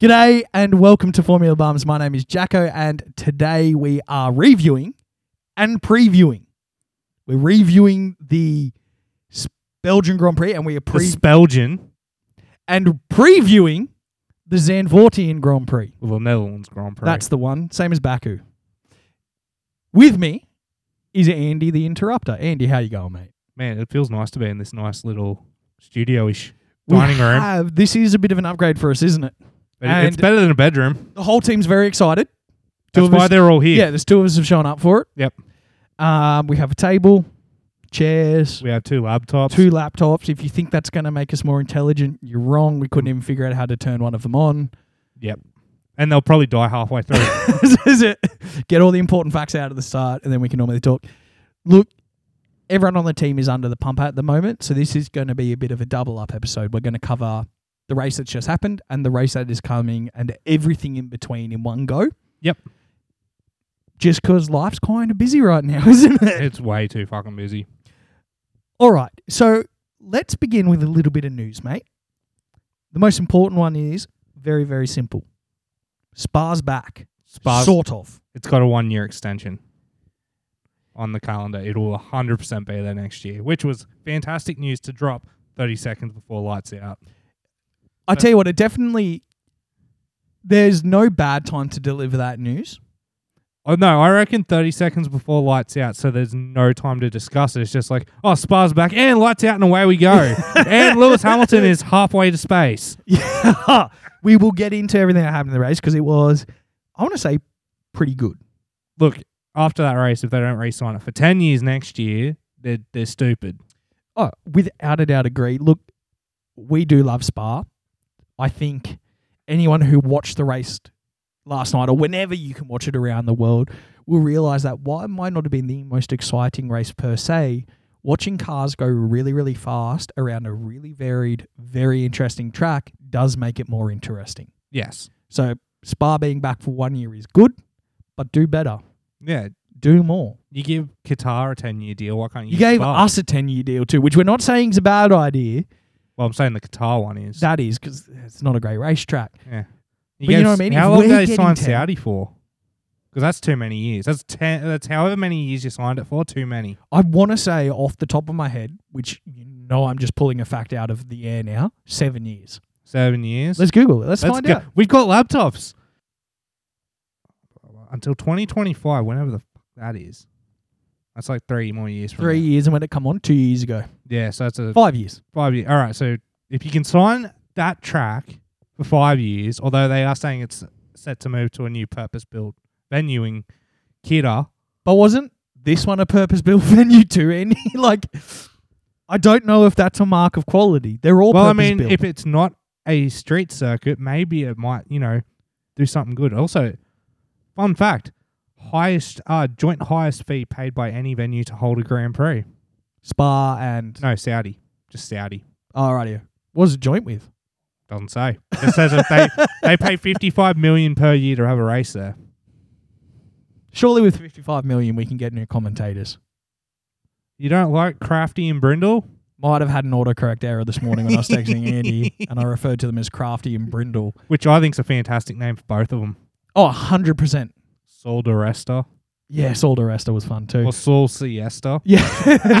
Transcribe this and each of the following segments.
G'day and welcome to Formula Bums. My name is Jacko, and today we are reviewing and previewing. We're reviewing the S- Belgian Grand Prix, and we are The pre- Spelgian. and previewing the Zandvoortian Grand Prix. Well, the Netherlands Grand Prix. That's the one, same as Baku. With me is Andy the Interrupter. Andy, how you going, mate? man. It feels nice to be in this nice little studio-ish We dining room. have- this is a bit of an upgrade for us, isn't it? It- and- it's better than a bedroom. The whole team's very excited. Two That's of why us- they're all here. Yeah, there's two of us have shown up for it. Yep. Um, we have a table, chairs, We have two laptops. two laptops. If you think that's going to make us more intelligent, you're wrong. We couldn't even figure out how to turn one of them on. Yep. And they'll probably die halfway through. This is it. Get all the important facts out at the start, and then we can normally talk. Look, everyone on the team is under the pump at the moment, so this is going to be a bit of a double up episode. We're going to cover the race that's just happened and the race that is coming and everything in between in one go. Yep. Just because life's kind of busy right now, isn't it? it's way too fucking busy. All right. So let's begin with a little bit of news, mate. The most important one is very, very simple. Spa's back. Sparse. Sort of. it's got a one-year extension on the calendar. It'll 100% be there next year, which was fantastic news to drop 30 seconds before lights out. I Okay. tell you what, it definitely. There's no bad time to deliver that news. Oh no, I reckon thirty seconds before lights out, so there's no time to discuss it. It's just like, oh, Spa's back, and lights out, and away we go. and Lewis Hamilton is halfway to space. Yeah. we will get into everything that happened in the race because it was, I want to say, pretty good. Look, after that race, if they don't re-sign it for ten years next year, they're they're stupid. Oh, without a doubt, agree. Look, we do love Spa. I think anyone who watched the race last night or whenever you can watch it around the world will realize that while it might not have been the most exciting race per se, watching cars go really, really fast around a really varied, very interesting track does make it more interesting. Yes. So, Spa being back for one year is good, but do better, Yeah. do more. You give Qatar a ten year deal. Why can't you? You give gave Spa? us a 10 year deal too, which we're not saying is a bad idea. Well, I'm saying the Qatar one is. That is because it's not a great racetrack. yeah. but you gave know what s- I mean? If How long we're did they getting sign 10 Saudi for? Because that's too many years. That's ten. That's however many years you signed it for. Too many. I want to say off the top of my head, which you know I'm just pulling a fact out of the air now, seven years. Seven years. Let's Google it. Let's, Let's find go. out. We've got laptops until 2025, whenever the fuck that is. That's like three more years. From Three years and when it come on, two years ago. Now. Yeah, so that's a Five years. five year. All right, so if you can sign that track for five years, although they are saying it's set to move to a new purpose built venue in Kira. But wasn't this one a purpose built venue too, Andy? like I don't know if that's a mark of quality. They're all well, I purpose mean, built. if it's not a street circuit, maybe it might, you know, do something good. Also, fun fact highest, uh, joint highest fee paid by any venue to hold a Grand Prix. Spa and No, Saudi. Just Saudi. alrighty. What does it joint with? Doesn't say. It says that they, they pay fifty five million per year to have a race there. Surely with fifty five million we can get new commentators. You don't like Crafty and Brindle? Might have had an autocorrect error this morning when I was texting Andy and I referred to them as crafty and brindle. Which I think's a fantastic name for both of them. Oh, 100%. Sol de Resta. Yeah, Saul Resta was fun too. Or Sol Siesta. Yeah,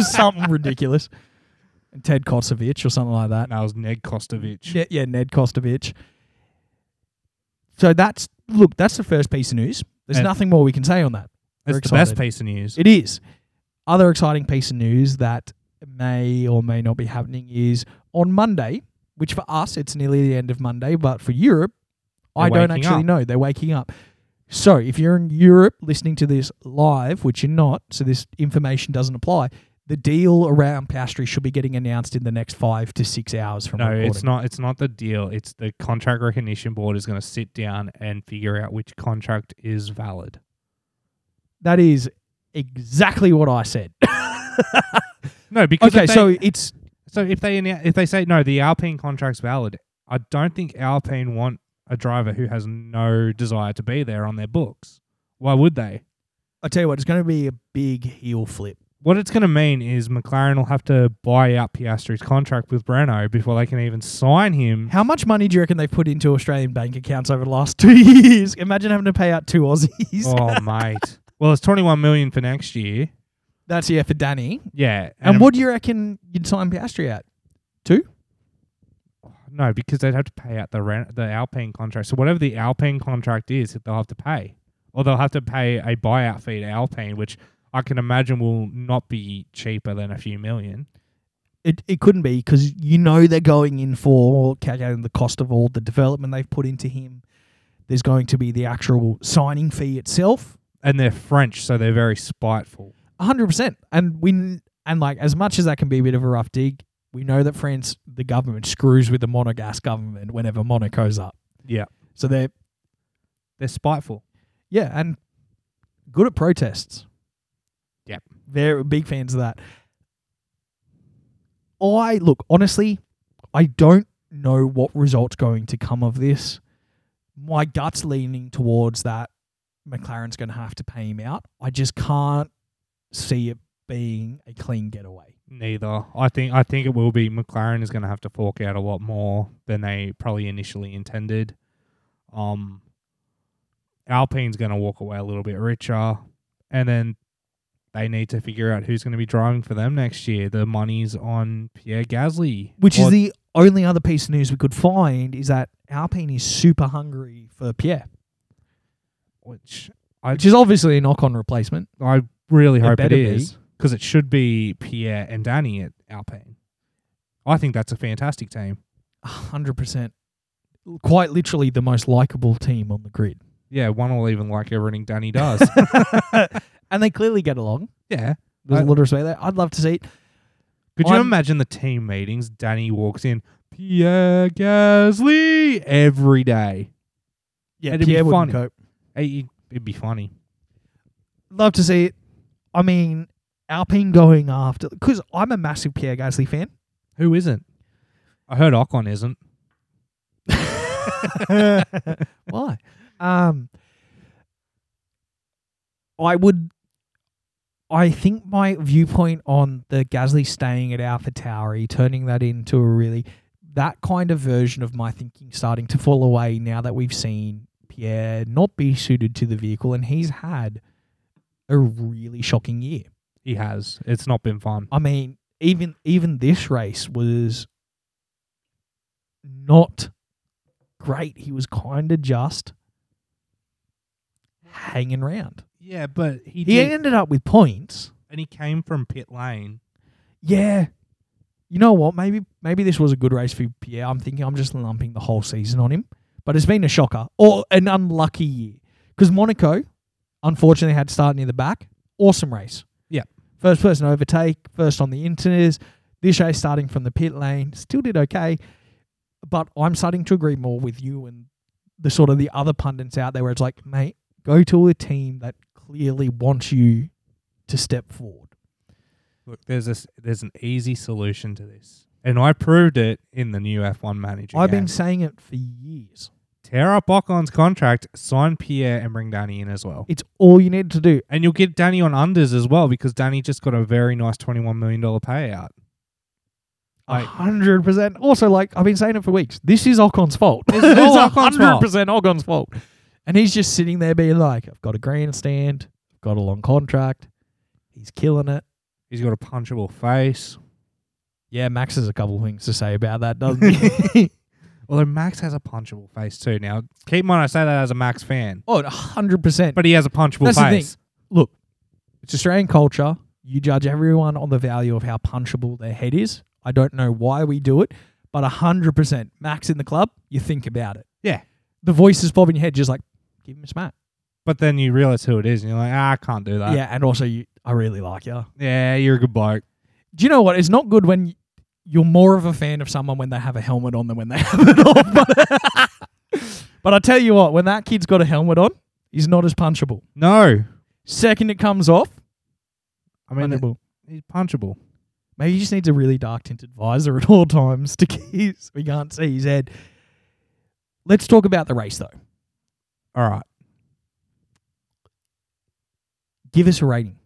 something ridiculous. And Ted Kosovich or something like that. And that was Ned Kostovich. Yeah, yeah, Ned Kostovich. So that's look, that's the first piece of news. There's And- nothing more we can say on that. That's We're the best excited. piece of news. It is. Other exciting piece of news that may or may not be happening is on Monday, which for us it's nearly the end of Monday, but for Europe, I They're don't waking actually up. know. They're waking up. So if you're in Europe listening to this live, which you're not, so this information doesn't apply, the deal around Piastri should be getting announced in the next five to six hours from no, recording. it's not it's not the deal. It's the contract recognition board is gonna sit down and figure out which contract is valid. That is exactly what I said. No, because if okay, they- so it's So if they annou- if they say no, the Alpine contract's valid. I don't think Alpine want a driver who has no desire to be there on their books. Why would they? I tell you what, it's going to be a big heel flip what it's going to mean is McLaren will have to buy out Piastri's contract with Renault before they can even sign him. How much money do you reckon they've put into Australian bank accounts over the last two years? Imagine having to pay out two Aussies. Oh, mate. Well, it's 21 million for next year. That's yeah for Danny. Yeah. And, what do you reckon you'd sign Piastri at? No, because they'd have to pay out the rent, the Alpine contract. So whatever the Alpine contract is, they'll have to pay, or they'll have to pay a buyout fee to Alpine, which I can imagine will not be cheaper than a few million. It it couldn't be because you know they're going in for calculating the cost of all the development they've put into him. There's going to be the actual signing fee itself, And they're French, so they're very spiteful. hundred percent. And we n- and like as much as that can be a bit of a rough dig, we know that France, the government, screws with the Monegasque government whenever Monaco's up. Yeah. So they're They're spiteful. Yeah, and good at protests. Yep. They're big fans of that. I look, honestly, I don't know what result's going to come of this. My gut's leaning towards that McLaren's going to have to pay him out. I just can't see it being a clean getaway. Neither. I think. I think it will be. McLaren is going to have to fork out a lot more than they probably initially intended. Um, Alpine's going to walk away a little bit richer, and then they need to figure out who's going to be driving for them next year. The money's on Pierre Gasly, Which Or- is the only other piece of news we could find is that Alpine is super hungry for Pierre, which I which is obviously a knock-on replacement. I really hope it better be. is because it should be Pierre and Danny at Alpine. I think that's a fantastic team. hundred percent, quite literally the most likable team on the grid, Yeah, one will even like everything Danny does. and they clearly get along. yeah. There's a I- lot of respect there. I'd love to see it. Could you I'm- imagine the team meetings? Danny walks in, Pierre Gasly every day. Yeah, It'd be Pierre wouldn't funny. cope. Hey, It'd be funny. Love to see it. I mean, Alpine going after because I'm a massive Pierre Gasly fan. Who isn't? I heard Ocon isn't. Why? Um, I would. I think my viewpoint on the Gasly staying at Alpha Tauri, turning that into a really that kind of version of my thinking starting to fall away now that we've seen Pierre not be suited to the vehicle and he's had a really shocking year. He has. It's not been fun. I mean, even even this race was not great. He was kind of just hanging around. Yeah, but he He ended up with points. and he came from pit lane. Yeah. You know what? Maybe maybe this was a good race for Pierre. I'm thinking I'm just lumping the whole season on him, but it's been a shocker or an unlucky year because Monaco, unfortunately, had to start near the back. Awesome race. Yeah. First person overtake, first on the inters. This race starting from the pit lane still did okay, but I'm starting to agree more with you and the sort of the other pundits out there where it's like, mate, go to a team that clearly wants you to step forward. Look, there's this there's an easy solution to this. And I proved it in the new F1 manager. I've game. been saying it for years. tear up Ocon's contract, sign Pierre and bring Danny in as well. It's all you need to do. And you'll get Danny on unders as well because Danny just got a very nice $21 million payout. A Like- hundred percent. Also, like I've been saying it for weeks. This is Ocon's fault. This is all a Ocon's fault. percent Ocon's fault. And he's just sitting there being like, "I've got a grandstand. I've got a long contract. He's killing it." He's got a punchable face. Yeah, Max has a couple things to say about that, doesn't he? Although Max has a punchable face too. Now, keep in mind, I say that as a Max fan, oh, a hundred percent. but he has a punchable That's the face. It's Australian culture. You judge everyone on the value of how punchable their head is. I don't know why we do it, but a hundred percent. Max in the club, you think about it. Yeah. The voice is bobbing your head, just like give him a smack. But then you realize who it is, and you're like, ah, I can't do that. yeah, and also you, I really like you. yeah, you're a good bloke. Do you know what? It's not good when y- you're more of a fan of someone when they have a helmet on than when they have it off. But, but I tell you what, when that kid's got a helmet on, he's not as punchable. No, Second it comes off, I mean punchable. he's punchable. Maybe he just needs a really dark tinted visor at all times to keep so we can't see his head. Let's talk about the race though. All right, Give us a rating.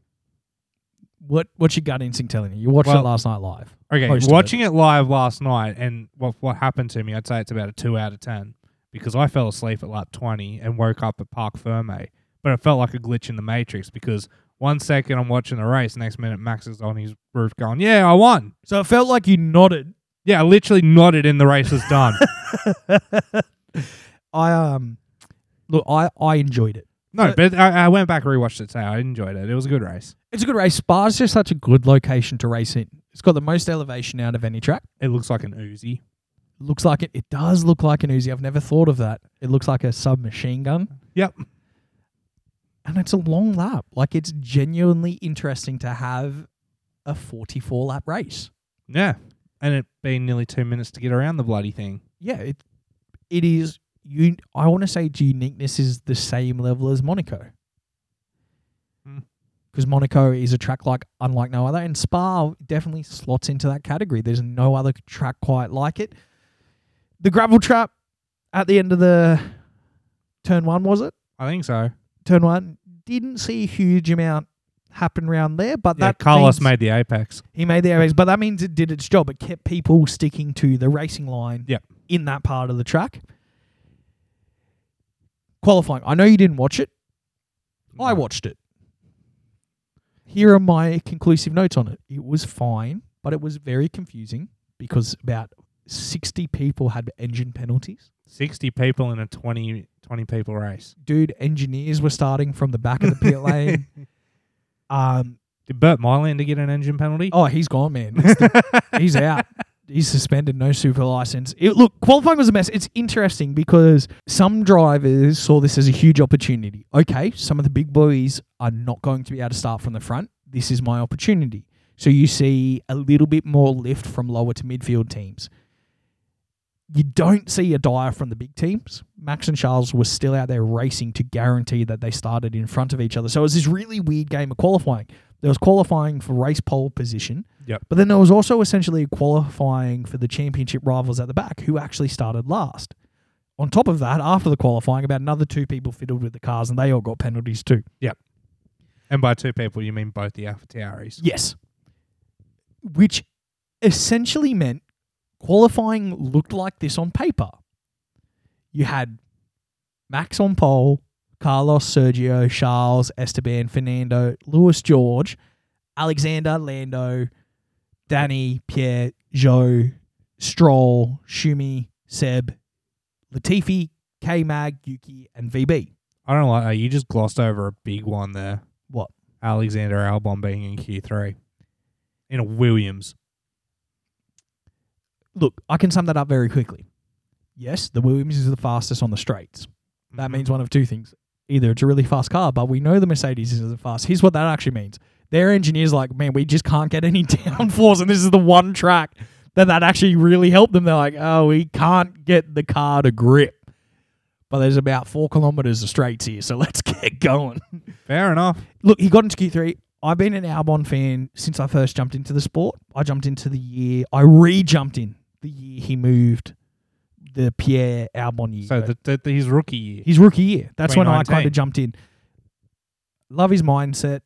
What what's your gut instinct telling you? You watched Well- it last night live. Okay, Most of it. watching it live last night, and what what happened to me, I'd say it's about a two out of ten because I fell asleep at lap twenty and woke up at Parc Ferme, but it felt like a glitch in the matrix because one second I'm watching the race, next minute Max is on his roof going, "Yeah, I won." So it felt like you nodded. Yeah, I literally nodded and the race was done. I um look, I I enjoyed it. no, but I, I went back and rewatched it today. I enjoyed it. It was a good race. It's a good race. Spa's just such a good location to race in. It's got the most elevation out of any track. It looks like an Uzi. Looks like it. It does look like an Uzi. I've never thought of that. It looks like a submachine gun. Yep. And it's a long lap. Like it's genuinely interesting to have a 44 lap race. Yeah, and it being nearly two minutes to get around the bloody thing. Yeah, it it is you I want to say its uniqueness is the same level as Monaco. Hmm. Because Monaco is a track like unlike no other, and Spa definitely slots into that category. There's no other track quite like it. The gravel trap at the end of the turn one, was it? I think so. Turn one didn't see a huge amount happen round there, but Yeah, that Carlos means- made the apex. He made the airbags, but that means it did its job. It kept people sticking to the racing line Yep. in that part of the track. Qualifying. I know you didn't watch it. I watched it. Here are my conclusive notes on it. It was fine, but it was very confusing because about 60 people had engine penalties. 60 people in a 20, 20 people race. Dude, engineers were starting from the back of the pit lane. Um, Did Bert Mylander get an engine penalty? oh, he's gone, man. he's out. He's suspended, no super license. It, look, qualifying was a mess. It's interesting because some drivers saw this as a huge opportunity. Okay, some of the big boys are not going to be able to start from the front. This is my opportunity. So you see a little bit more lift from lower to midfield teams. You don't see a dire from the big teams. Max and Charles were still out there racing to guarantee that they started in front of each other. So it was this really weird game of qualifying. There was qualifying for race pole position, but then there was also essentially qualifying for the championship rivals at the back who actually started last. On top of that, after the qualifying, about another two people fiddled with the cars and they all got penalties too. and by two people, you mean both the AlphaTauris. Yes. Which essentially meant qualifying looked like this on paper. You had Max on pole, Carlos, Sergio, Charles, Esteban, Fernando, Lewis, George, Alexander, Lando, Danny, Pierre, Joe, Stroll, Shumi, Seb, Latifi, K Mag, Yuki, and VB. I don't like that. You just glossed over a big one there. What? Alexander Albon being in Q3 in a Williams. look, I can sum that up very quickly. Yes, the Williams is the fastest on the straights. That Mhm. means one of two things. Either it's a really fast car, but we know the Mercedes isn't fast. Here's what that actually means. Their engineers like, man, we just can't get any downforce, and this is the one track that that actually really helped them. They're like, oh, we can't get the car to grip. But there's about four kilometers of straights here, so let's get going. Fair enough. Look, he got into Q3. I've been an Albon fan since I first jumped into the sport. I jumped into the year, I re jumped in the year he moved the Pierre Albon year. So the, the, the, his rookie year. his rookie year. That's when I 2019. kind of jumped in. Love his mindset,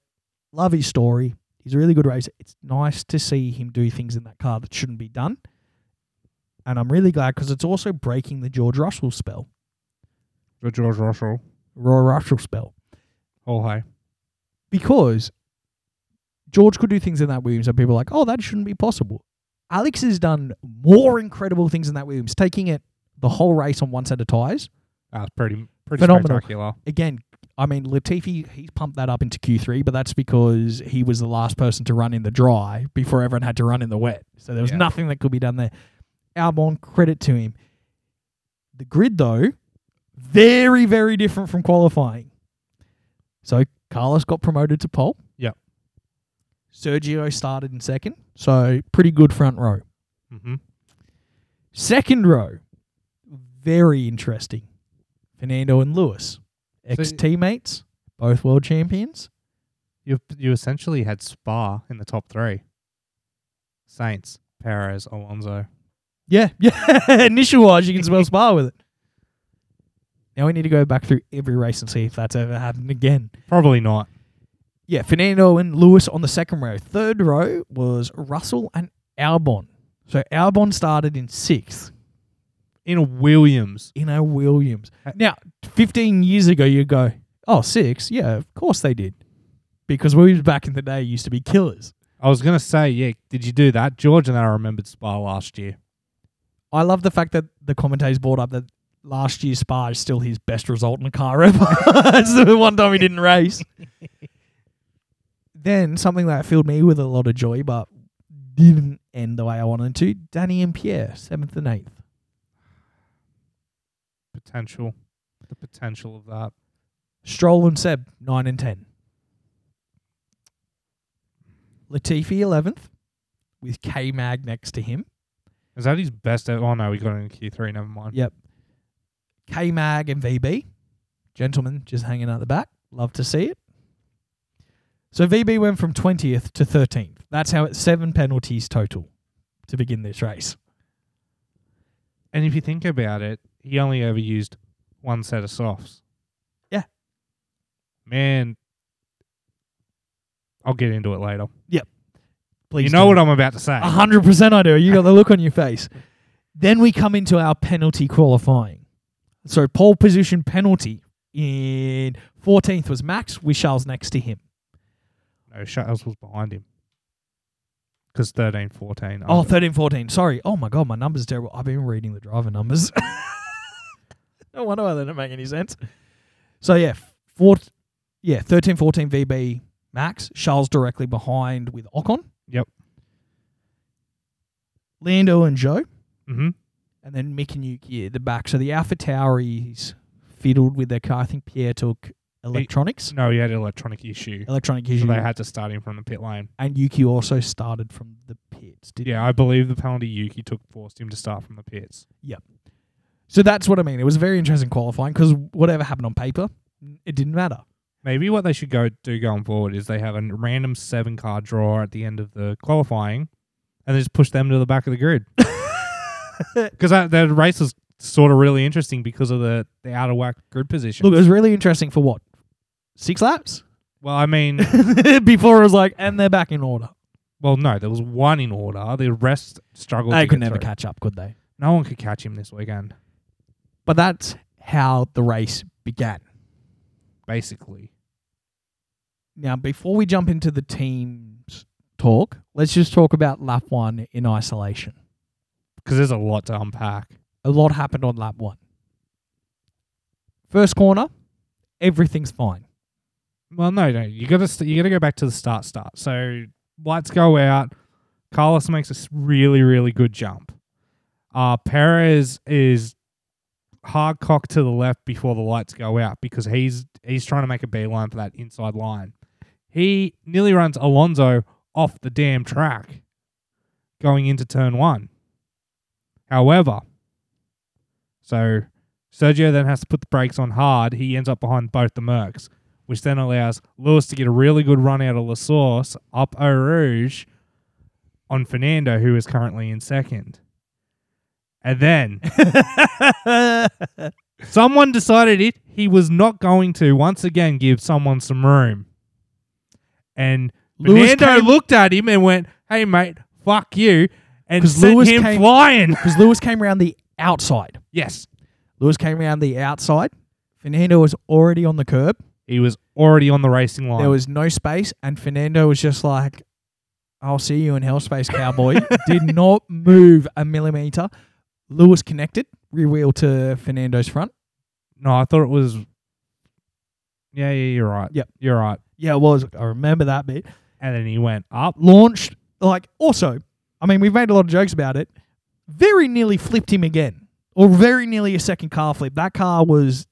love his story. He's a really good racer. It's nice to see him do things in that car that shouldn't be done. And I'm really glad because it's also breaking the George Russell spell, The George Russell. Roy Russell spell. Oh, hey. because George could do things in that Williams that people are like, oh, that shouldn't be possible. Alex has done more incredible things in that Williams, taking it the whole race on one set of tires. That's pretty, pretty Phenomenal. spectacular. Again, I mean, Latifi, he's pumped that up into Q3, but that's because he was the last person to run in the dry before everyone had to run in the wet. So there was Yeah. nothing that could be done there. Albon, credit to him. The grid, though, very, very different from qualifying. So Carlos got promoted to pole. Yep. Sergio started in second. So pretty good front row. Mm-hmm. Second row, very interesting. Fernando and Lewis, ex teammates, both world champions. You, you essentially had Spa in the top three. Saints, Perez, Alonso. Yeah, yeah. Initial wise, you can spell spar with it. Now we need to go back through every race and see if that's ever happened again. Probably not. Yeah, Fernando and Lewis on the second row. Third row was Russell and Albon. So Albon started in sixth in a Williams. in a Williams. Uh, Now, 15 years ago, you go, oh, six? Yeah, of course they did. Because we back in the day used to be killers. I was gonna say, yeah, did you do that, George? And then I remembered Spa last year. I love the fact that the commentators brought up that last year's Spa is still his best result in a car ever. it's the one time he didn't race. then something that filled me with a lot of joy, but didn't end the way I wanted to. Danny and Pierre, seventh and eighth. Potential, the potential of that. Stroll and Seb, 9 and 10. Latifi, 11th, with K Mag next to him. Is that his best? ever- Oh no, we got it in Q three. Never mind. Yep. K Mag and VB, gentlemen just hanging out the back. Love to see it. So VB went from 20th to 13th. That's how it's seven penalties total to begin this race. And if you think about it, he only ever used one set of softs. Yeah. Man, I'll get into it later. Please you know what I'm about to say. A hundred percent, I do. You got the look on your face. Then we come into our penalty qualifying. So pole position penalty in fourteenth was Max with Charles next to him. No, Shuttles was behind him. Because 13, 14. Oh, I- 13, 14. Sorry. Oh my god, my numbers terrible. I've been reading the driver numbers. no wonder why they don't make any sense. So yeah, four, yeah, 13, 14 VB Max. Charles directly behind with Ocon. Yep. Lando and Joe. Mhm. and then Mick and Yuki at the back. So the Alpha Tauris fiddled with their car. I think Pierre took electronics, No, he had an electronic issue. electronic So issue, they had to start him from the pit lane. and Yuki also started from the pits. Did Yeah, I believe the penalty Yuki took forced him to start from the pits. So that's what I mean. It was very interesting qualifying because whatever happened on paper, it didn't matter. Maybe what they should go do going forward is they have a random seven car draw at the end of the qualifying, and they just push them to the back of the grid. Because that, that race was sort of really interesting because of the, the out of whack grid position. Look, it was really interesting for what six laps well, I mean, before it was like, and they're back in order. well, no, there was one in order. The rest struggled. They to could get never through. catch up, could they? No one could catch him this weekend. But that's how the race began. Basically, Now, before we jump into the teams talk, let's just talk about lap one in isolation. because there's a lot to unpack. A lot happened on lap one. First corner, everything's fine. Well, no, no, you got to st- you got to go back to the start. Start. So lights go out. Carlos makes a s- really really good jump. Uh, Perez is hard cocked to the left before the lights go out because he's he's trying to make a beeline for that inside line. He nearly runs Alonso off the damn track going into turn one. However, so Sergio then has to put the brakes on hard. He ends up behind both the Mercs which then allows Lewis to get a really good run out of La Source up Eau Rouge on Fernando, who is currently in second. And then someone decided it he was not going to once again give someone some room. And Lewis Fernando came- looked at him and went, Hey mate, fuck you and 'Cause sent Lewis him came- flying. Because Lewis came around the outside. yes. Lewis came around the outside. Fernando was already on the curb. He was already on the racing line. There was no space, and Fernando was just like, I'll see you in hell space, cowboy. Did not move a millimeter. Lewis connected, rear wheel to Fernando's front. no, I thought it was Yeah, yeah, you're right. Yep. You're right. Yeah, it was. I remember that bit. and then he went up. Launched like also. I mean, we've made a lot of jokes about it. Very nearly flipped him again, or very nearly a second car flip. That car was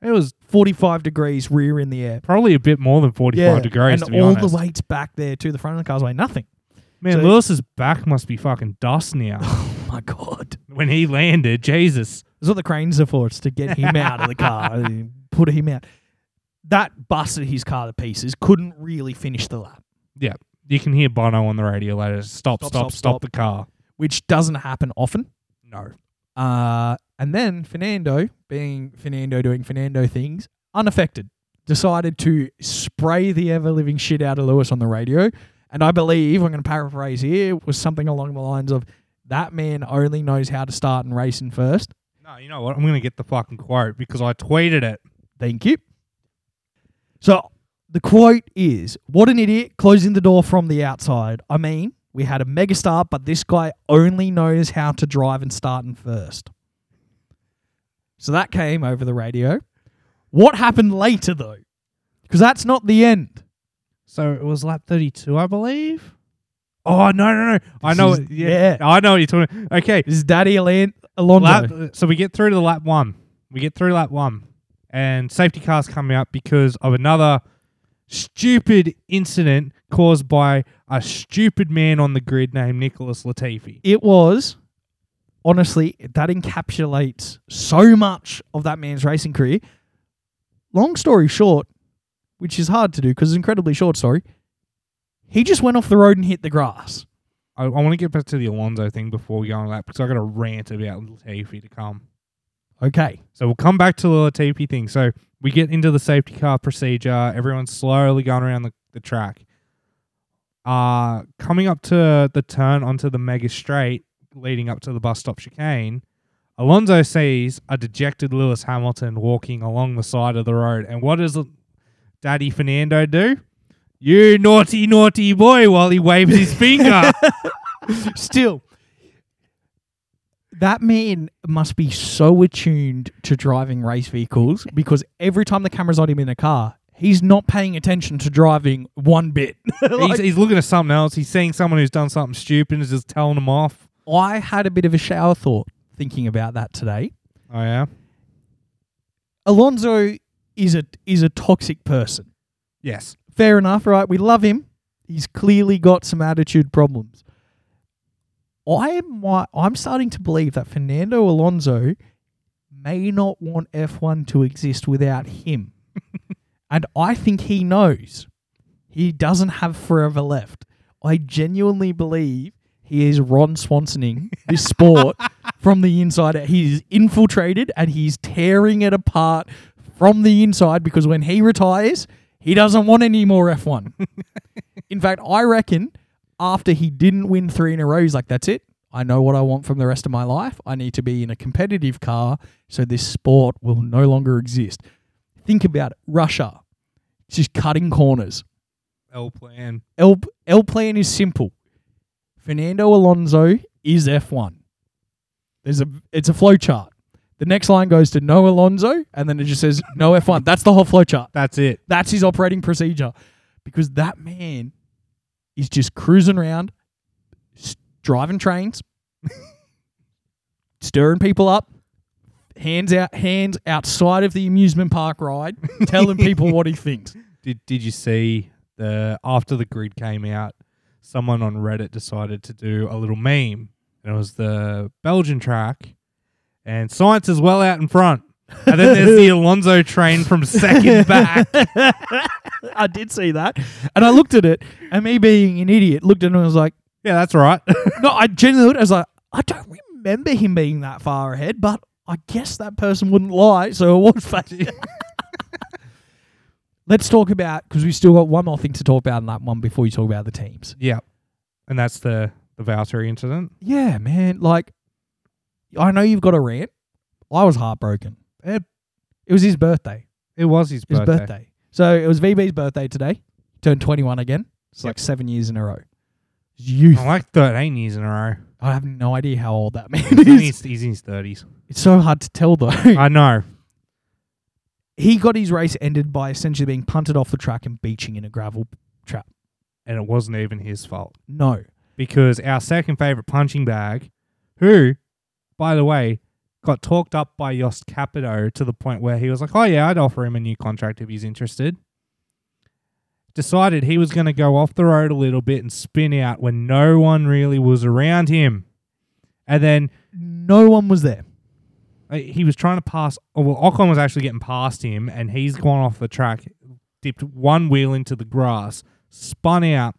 It was forty-five degrees rear in the air. probably a bit more than 45 Yeah, degrees, and to be all honest. the weight's back there to the front of the car's way. Nothing. Man, so- Lewis's back must be fucking dust now. Oh my god! when he landed, Jesus. That's what the cranes are for. It's to get him out of the car, put him out. That busted his car to pieces. Couldn't really finish the lap, You can hear Bono on the radio later. Stop, Stop, stop, stop, stop, stop. the car. which doesn't happen often. No. Uh, and then Fernando, being Fernando doing Fernando things, unaffected. decided to spray the ever living shit out of Lewis on the radio. And I believe, I'm going to paraphrase here, was something along the lines of that man only knows how to start and race in first. No, you know what? I'm gonna get the fucking quote because I tweeted it. Thank you. So the quote is What an idiot closing the door from the outside. I mean, we had a megastar, but this guy only knows how to drive and start in first. So that came over the radio. What happened later, though? Because that's not the end. So it was lap 32, I believe. Oh no no no! I This know. is- it. yeah, I know what you're talking. Okay, This is Daddy Alon- Alonso. lap, so we get through to lap one. We get through lap one, and safety cars coming up because of another stupid incident caused by a stupid man on the grid named Nicholas Latifi. it was honestly that encapsulates so much of that man's racing career. Long story short, which is hard to do because it's an incredibly short story. He just went off the road and hit the grass. I, I want to get back to the Alonso thing before we go on that because I got a rant about Latifi to come. Okay, So we'll come back to the Latifi thing. So we get into the safety car procedure. Everyone's slowly going around the, the track. Uh, coming up to the turn onto the mega straight leading up to the bus stop chicane, Alonso sees a dejected Lewis Hamilton walking along the side of the road. And what does Daddy Fernando do? You naughty, naughty boy, while he waves his finger. still, that man must be so attuned to driving race vehicles because every time the camera's on him in a car, he's not paying attention to driving one bit. Like- he's, he's looking at something else. He's seeing someone who's done something stupid and is just telling him off. I had a bit of a shower thought thinking about that today. Oh, yeah? Alonso is a is a toxic person. Yes. Fair enough, right? We love him. He's clearly got some attitude problems. I might, I'm starting to believe that Fernando Alonso may not want F1 to exist without him. and I think he knows he doesn't have forever left. I genuinely believe he is Ron Swansoning this sport from the inside. out. He's infiltrated and he's tearing it apart from the inside because when he retires, he doesn't want any more F1. in fact, I reckon after he didn't win three in a row, he's like, that's it. I know what I want from the rest of my life. I need to be in a competitive car so this sport will no longer exist. Think about it. Russia just cutting corners. L plan. El, El plan is simple. Fernando Alonso is F1. There's a it's a flow chart. The next line goes to no Alonso and then it just says no F1. That's the whole flow chart. That's it. That's his operating procedure because that man is just cruising around s- driving trains stirring people up hands out hands outside of the amusement park ride telling people what he thinks. Did Did you see the after the grid came out? Someone on Reddit decided to do a little meme, and it was the Belgian track, and science is well out in front. And then there's the Alonso train from second back. I did see that. And I looked at it, and me being an idiot, looked at it and was like, Yeah, that's right. no, I genuinely looked, I was like, I don't remember him being that far ahead, but I guess that person wouldn't lie, so it was fuzzy. Let's talk about, because we still got one more thing to talk about in that one before you talk about the teams. yeah, and that's the the Valtteri incident. Yeah, man. Like, I know you've got a rant. I was heartbroken. It, it was his birthday. It was his His birthday. birthday. So it was VB's birthday today. Turned 21 again. It's Yep. like seven years in a row. Youth. I'm like 13 years in a row. I have no idea how old that man He's in is. his, he's in his 30s. It's so hard to tell though. I know. he got his race ended by essentially being punted off the track and beaching in a gravel. And it wasn't even his fault. No. because our second favorite punching bag, who, by the way, got talked up by Yost Capito to the point where he was like, "Oh yeah, I'd offer him a new contract if he's interested." Decided he was going to go off the road a little bit and spin out when no one really was around him, and then No one was there. uh, he was trying to pass. Oh, well, Ocon was actually getting past him, and he's gone off the track, dipped one wheel into the grass, spun out,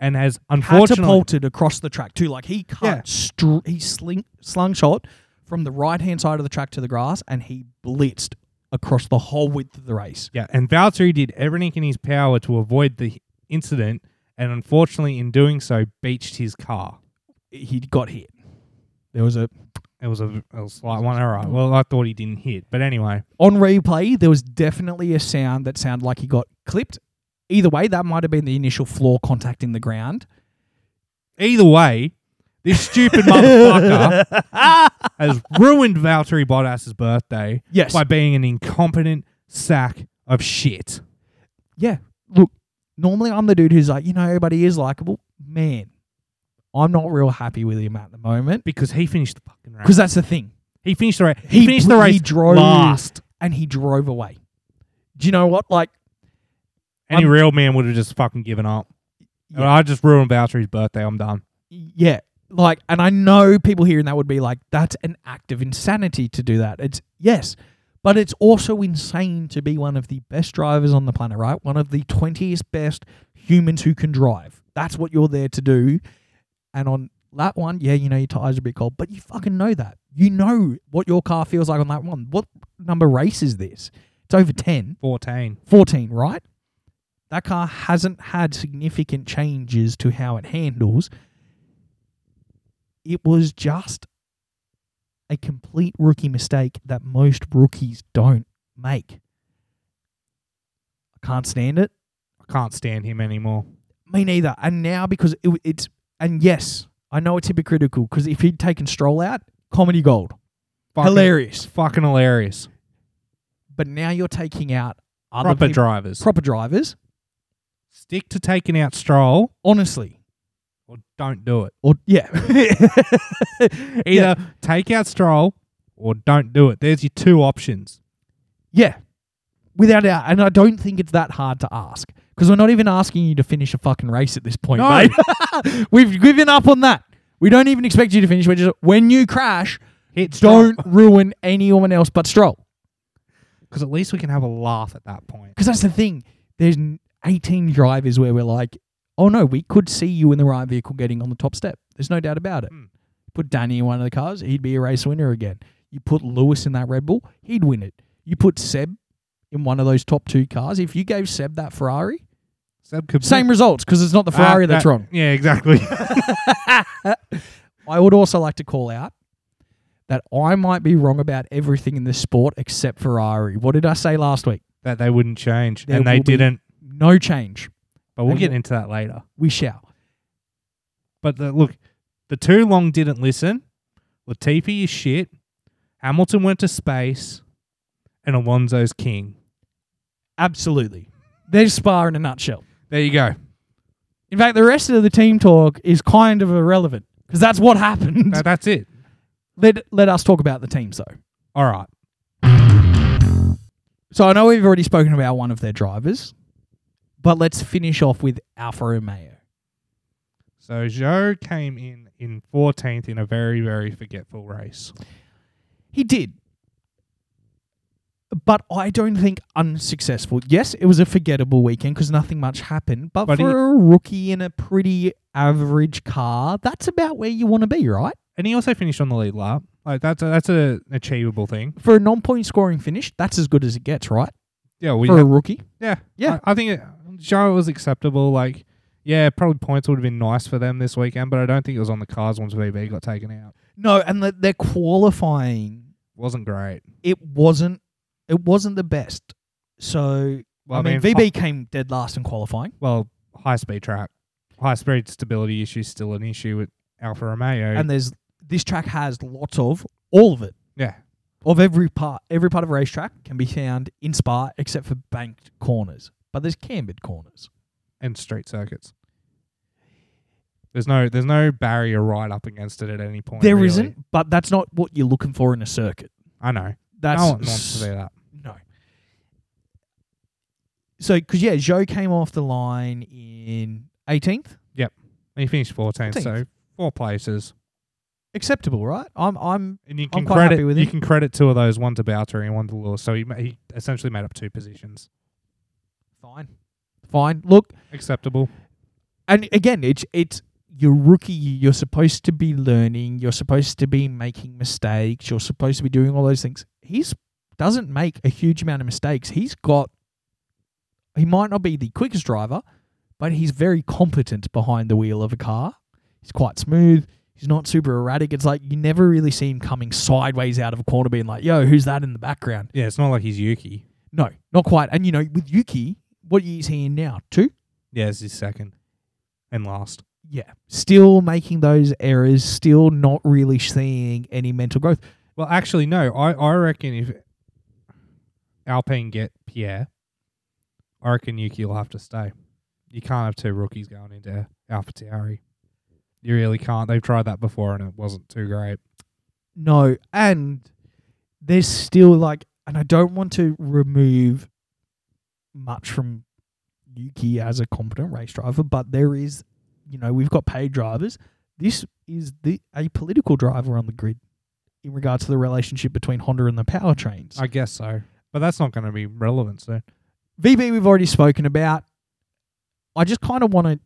and has unfortunately Catapulted across the track too. Like he cut, Yeah. str- he sling, slung shot from the right hand side of the track to the grass and he blitzed across the whole width of the race. Yeah, and Valtteri did everything in his power to avoid the incident, and unfortunately, in doing so, beached his car. He got hit. There was a It was a, a slight one. All right. Well, I thought he didn't hit, but anyway, on replay. There was definitely a sound that sounded like he got clipped. Either way, that might have been the initial floor contacting the ground. either way, this stupid motherfucker has ruined Valtteri Bottas's birthday Yes. by being an incompetent sack of shit. yeah, look, normally I'm the dude who's like, you know, everybody is likable. Man, I'm not real happy with him at the moment Because he finished the fucking race. because that's the thing. He finished the race. He, finished the bl- race he drove last. and he drove away. Do you know what? Like, Any I'm- real man would have just fucking given up. Yeah. I just ruined Valtteri's birthday. I'm done. yeah, like, and I know people hearing that would be like, that's an act of insanity to do that. It's yes, but it's also insane to be one of the best drivers on the planet, right? One of the 20th best humans who can drive. That's what you're there to do. And on lap one, yeah, you know your tires are a bit cold, but you fucking know that. You know what your car feels like on lap one. What number race is this? It's over 10. 14. 14, right? That car hasn't had significant changes to how it handles. It was just a complete rookie mistake that most rookies don't make. I can't stand it. I can't stand him anymore. Me neither. And now because it, it's and yes, I know it's hypocritical because if he'd taken Stroll out, comedy gold, Fucking, hilarious. Fucking hilarious. But now you're taking out other Proper peop- drivers. proper drivers. Stick to taking out Stroll Honestly, or don't do it. or yeah, Either take out Stroll or don't do it. There's your two options. Yeah, without doubt. And I don't think it's that hard to ask because we're not even asking you to finish a fucking race at this point, No. mate. We've given up on that. We don't even expect you to finish. We're just when you crash, Hit Stroll. don't ruin anyone else but Stroll. Because at least we can have a laugh at that point. Because that's the thing. There's n- 18 drivers where we're like, oh no, we could see you in the right vehicle getting on the top step. There's no doubt about it. Hmm. Put Danny in one of the cars, he'd be a race winner again. You put Lewis in that Red Bull, he'd win it. You put Seb in one of those top two cars. If you gave Seb that Ferrari, Seb could same results because it's not the Ah, Ferrari that's that- wrong. Yeah, exactly. I would also like to call out that I might be wrong about everything in this sport except Ferrari. What did I say last week? that they wouldn't change. There and they will be- didn't. No change. But we'll They get will- into that later. We shall. But the, look, the too long didn't listen. Latifi is shit. Hamilton went to space, and Alonso's king. Absolutely. There's Spa in a nutshell. There you go. In fact, the rest of the team talk is kind of irrelevant because that's what happened. Tha- that's it. let, let us talk about the teams, though. All right. So I know we've already spoken about one of their drivers, but let's finish off with Alfa Romeo. So Joe came in in 14th in a very very forgetful race. He did. But I don't think unsuccessful. Yes, it was a forgettable weekend because nothing much happened. But, But for he- a rookie in a pretty average car, that's about where you want to be, right? And he also finished on the lead lap. Like that's a, that's a, an achievable thing. For a non-point scoring finish, that's as good as it gets, right? Yeah, we for a rookie. yeah. Yeah. I, I think it, Joe was acceptable like yeah, probably points would have been nice for them this weekend, but I don't think it was on the cars once VB got taken out. No, and the, their qualifying Wasn't great. it wasn't it wasn't the best. So Well, I mean, hi- VB came dead last in qualifying. well, high speed track, high speed stability issue is still an issue with Alfa Romeo. And there's this track has lots of all of it. yeah, Of every part every part of a racetrack can be found in Spa except for banked corners. But there's cambered corners. and street circuits. There's no there's no barrier right up against it at any point. There really. not but that's not what you're looking for in a circuit. I know. That's no one wants to do that. No. So, because yeah, Joe came off the line in 18th. And he finished 14th, 14th. so four places. Acceptable, right? I'm, I'm, And you can quite credit happy with you it. can credit two of those, one to Boutry and one to Lewis. So he ma- he essentially made up two positions. fine, fine. Look, Acceptable. and again, it's it's your rookie. year. You're supposed to be learning. You're supposed to be making mistakes. You're supposed to be doing all those things. He's doesn't make a huge amount of mistakes. He's got, he might not be the quickest driver, but he's very competent behind the wheel of a car. He's quite smooth. He's not super erratic. It's like you never really see him coming sideways out of a corner being like, yo, who's that in the background? Yeah, it's not like he's Yuki. No, not quite. And you know, with Yuki, what year is he in now? Two? Yeah, it's his second and last. Yeah. Still making those errors, still not really seeing any mental growth. Well, actually, no. I, I reckon if Alpine get Pierre, I reckon Yuki will have to stay. You can't have two rookies going into AlphaTauri. You really can't. They've tried that before and it wasn't too great. No, and there's still like, and I don't want to remove much from Yuki as a competent race driver, but there is, you know, we've got paid drivers. This is the a political driver on the grid in regards to the relationship between Honda and the powertrains. I guess so, but that's not going to be relevant soon. VB we've already spoken about. I just kind of want to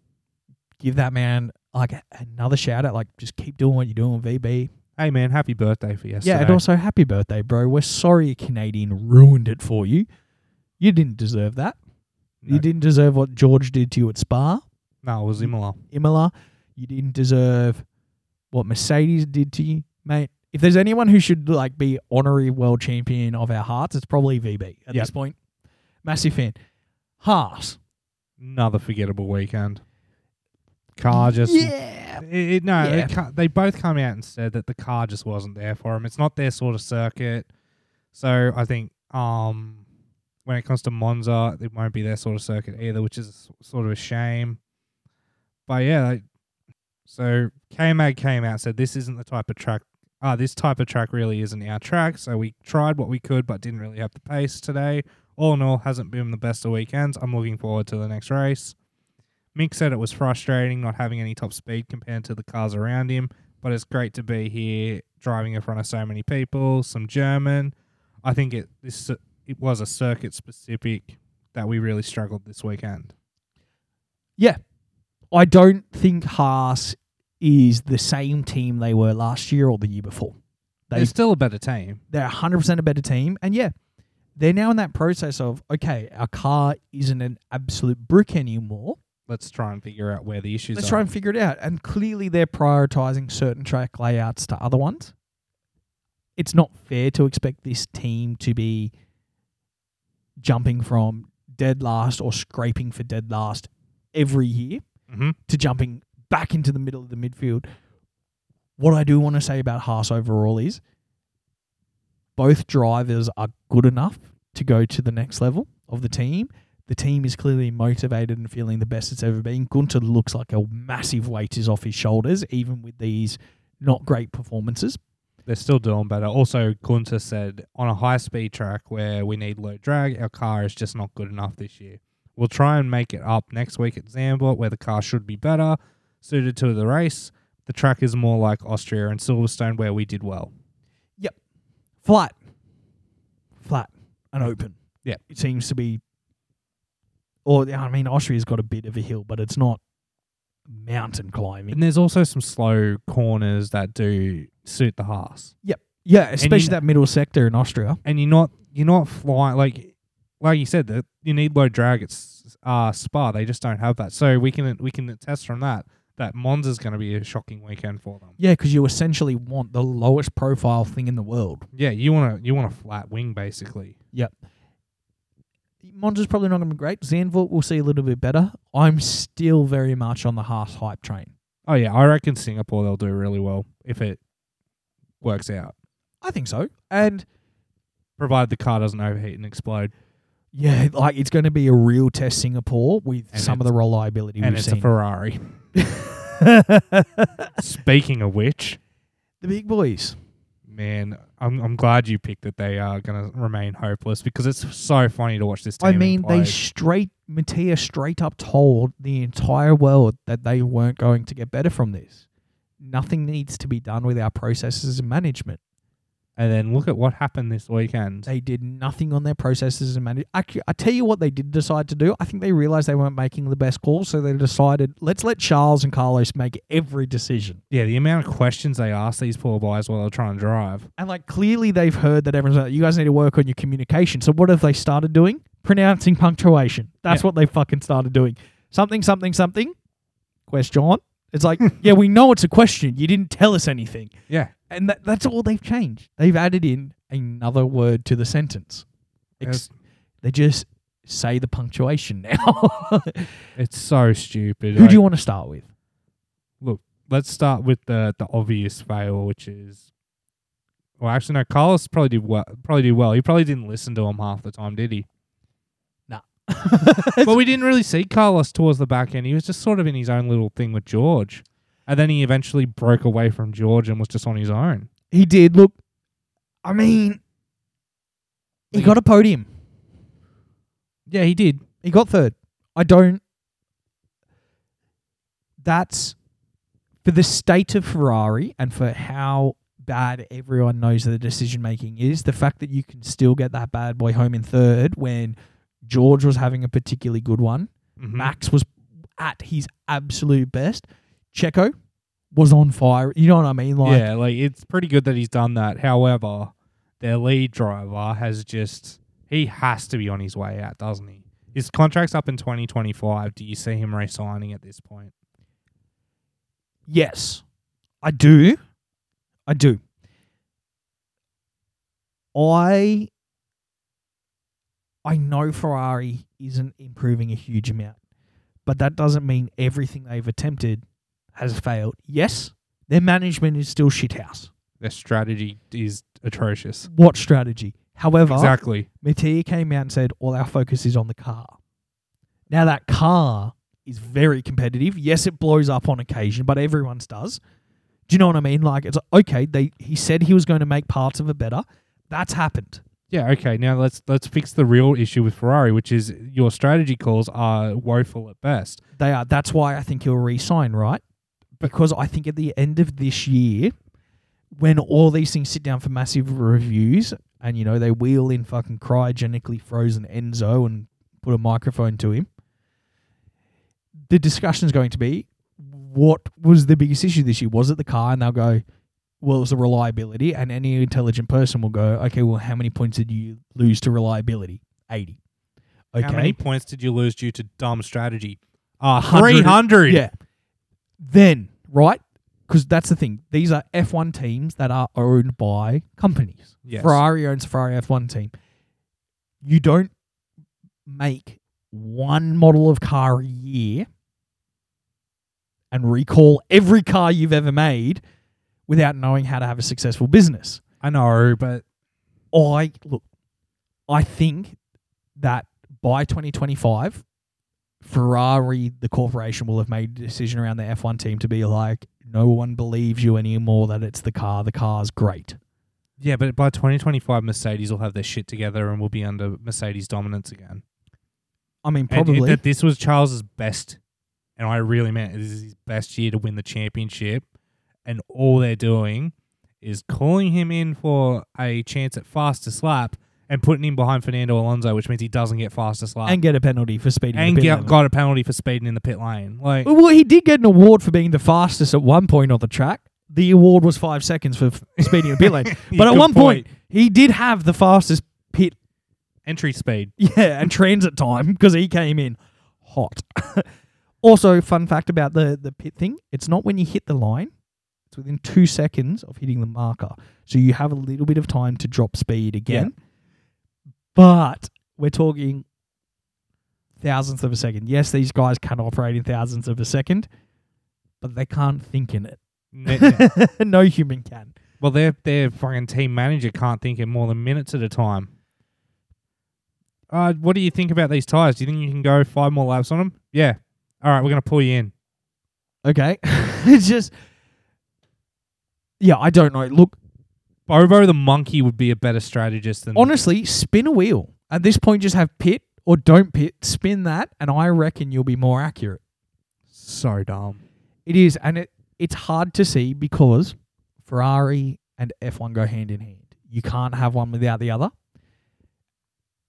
give that man like a- another shout out. Like, just keep doing what you're doing, VB. Hey man, happy birthday for yesterday. Yeah, and also happy birthday, bro. We're sorry a Canadian ruined it for you. You didn't deserve that. You No. didn't deserve what George did to you at Spa, no, it was Imola. Imola. You didn't deserve what Mercedes did to you, mate. If there's anyone who should like be honorary world champion of our hearts, it's probably VB at Yep. this point. Massive fan. Haas. Another forgettable weekend. Car just yeah. It, it- no, Yeah. it ca- they both come out and said that the car just wasn't there for them. It's not their sort of circuit. So I think um, when it comes to Monza, it won't be their sort of circuit either, which is s- sort of a shame. But yeah, like, so KMAG came out and said this isn't the type of track. Uh, this type of track really isn't our track. So we tried what we could, but didn't really have the pace today. All in all, hasn't been the best of weekends. I'm looking forward to the next race. Mick said it was frustrating not having any top speed compared to the cars around him, but it's great to be here driving in front of so many people, some German. I think it this it was a circuit specific that we really struggled this weekend. Yeah. I don't think Haas is the same team they were last year or the year before. They They're still a better team. they're 100% a better team. And yeah, they're now in that process of, okay, our car isn't an absolute brick anymore. Let's try and figure out where the issues Let's are. try and figure it out. And clearly they're prioritizing certain track layouts to other ones. It's not fair to expect this team to be jumping from dead last or scraping for dead last every year Mhm. to jumping back into the middle of the midfield. What I do want to say about Haas overall is both drivers are good enough to go to the next level of the team. The team is clearly motivated and feeling the best it's ever been. Gunter looks like a massive weight is off his shoulders, even with these not great performances. They're still doing better. Also, Gunter said on a high speed track where we need low drag, our car is just not good enough this year. We'll try and make it up next week at Zandvoort, where the car should be better suited to the race. The track is more like Austria and Silverstone, where we did well. Flat, flat, and open. Yeah. it seems to be. Or I mean, Austria's got a bit of a hill, but it's not mountain climbing. And there's also some slow corners that do suit the Haas. Yeah, especially you- that middle sector in Austria. and you're not you're not flying like like you said that you need low drag at S- uh, Spa. They just don't have that, so we can we can attest from that that Monza's going to be a shocking weekend for them. Yeah, because you essentially want the lowest profile thing in the world. Yeah, you want to you want a flat wing basically. Monza's probably not going to be great. Zandvoort we'll see a little bit better. I'm still very much on the Haas hype train. Oh yeah, I reckon Singapore they'll do really well if it works out, I think so. And provided the car doesn't overheat and explode, yeah, like it's going to be a real test Singapore with And some of the it's- reliability and we've it's seen. a Ferrari. Speaking of which, the big boys. man, I'm I'm glad you picked that they are going to remain hopeless because it's so funny to watch this team. I mean, play. they straight Mattia straight up told the entire world that they weren't going to get better from this. Nothing needs to be done with our processes and management. And then look at what happened this weekend. They did nothing on their processes and manage. Actually, I tell you what they did decide to do. I think they realized they weren't making the best call, so they decided let's let Charles and Carlos make every decision. Yeah, the amount of questions they asked these poor boys while they're trying to drive. And like clearly they've heard that everyone's like, you guys need to work on your communication. So what have they started doing? Pronouncing punctuation. That's Yeah. what they fucking started doing. Something, something, something. Question. It's like, yeah, we know it's a question. You didn't tell us anything. Yeah, And that, that's all they've changed. They've added in another word to the sentence. Ex- Yes. they just say the punctuation now. it's so stupid. Who Like, do you want to start with? let's start with the the obvious fail, which is. Well, actually, no. Carlos probably did well. Probably did well. He probably didn't listen to him half the time, did he? But we didn't really see Carlos towards the back end. He was just sort of in his own little thing with George, and then he eventually broke away from George and was just on his own. he did. Look, I mean, he got a podium. Yeah, he did. He got third. I don't. That's for the state of Ferrari and for how bad everyone knows the decision making is. The fact that you can still get that bad boy home in third when George was having a particularly good one, Mm. Max was at his absolute best, Checo was on fire. You know what I mean? Like, yeah, like it's pretty good that he's done that. However, their lead driver has just he has to be on his way out, doesn't he? His contract's up in 2025. Do you see him resigning at this point? Yes, I do. I do. I I know Ferrari isn't improving a huge amount, but that doesn't mean everything they've attempted has failed. Yes, their management is still shithouse. Their strategy is atrocious. What strategy? However, Exactly. Mattia came out and said, All our focus is on the car. Now, that car is very competitive. Yes, it blows up on occasion, but everyone's does. Do you know what I mean? Like, it's like, okay, they, he said he was going to make parts of it better. That's happened. Yeah. Okay. Now let's let's fix the real issue with Ferrari, which is your strategy calls are woeful at best. They are. That's why I think he'll re sign, right? Because I think at the end of this year, when all these things sit down for massive reviews and, you know, they wheel in fucking cryogenically frozen Enzo and put a microphone to him, the discussion's going to be what was the biggest issue this year? Was it the car? And they'll go, well, it was the reliability. And any intelligent person will go, okay, well, how many points did you lose to reliability? 80. Okay. How many points did you lose due to dumb strategy? Uh, 100. 300. Yeah. Then, right? Because that's the thing. These are F1 teams that are owned by companies. Yes. Ferrari owns Ferrari F1 team. You don't make one model of car a year and recall every car you've ever made without knowing how to have a successful business. I know, but I look, I think that by 2025, Ferrari, the corporation, will have made a decision around the F1 team to be like, no one believes you anymore that it's the car. The car's great. Yeah, but by 2025, Mercedes will have their shit together and we'll be under Mercedes dominance again. I mean, And it- probably. that this was Charles's best, and I really meant it, this is his best year to win the championship. And all they're doing is calling him in for a chance at fastest lap and putting him behind Fernando Alonso, which means he doesn't get fastest lap and get a penalty for speeding. and the pit get, limit. got a penalty for speeding in the pit lane. Like, Well, he did get an award for being the fastest at one point on the track. The award was five seconds for f- speeding in the pit lane. But at Good one point, he did have the fastest pit entry speed. Yeah, and transit time because he came in hot. also, fun fact about the the pit thing: it's not when you hit the line; it's within two seconds of hitting the marker, so you have a little bit of time to drop speed again. But we're talking thousandths of a second. Yes, these guys can operate in thousandths of a second, but they can't think in it. Net- net. no human can. well, their, their fucking team manager can't think in more than minutes at a time. Uh, what do you think about these tires? Do you think you can go five more laps on them? Yeah. All right, we're going to pull you in. Okay, it's just. Yeah, I don't know. Look, Bobo the monkey would be a better strategist than honestly, spin a wheel. At this point, just have pit or don't pit, spin that, and I reckon you'll be more accurate. so dumb. It is, and it, it's hard to see because Ferrari and F1 go hand in hand. You can't have one without the other.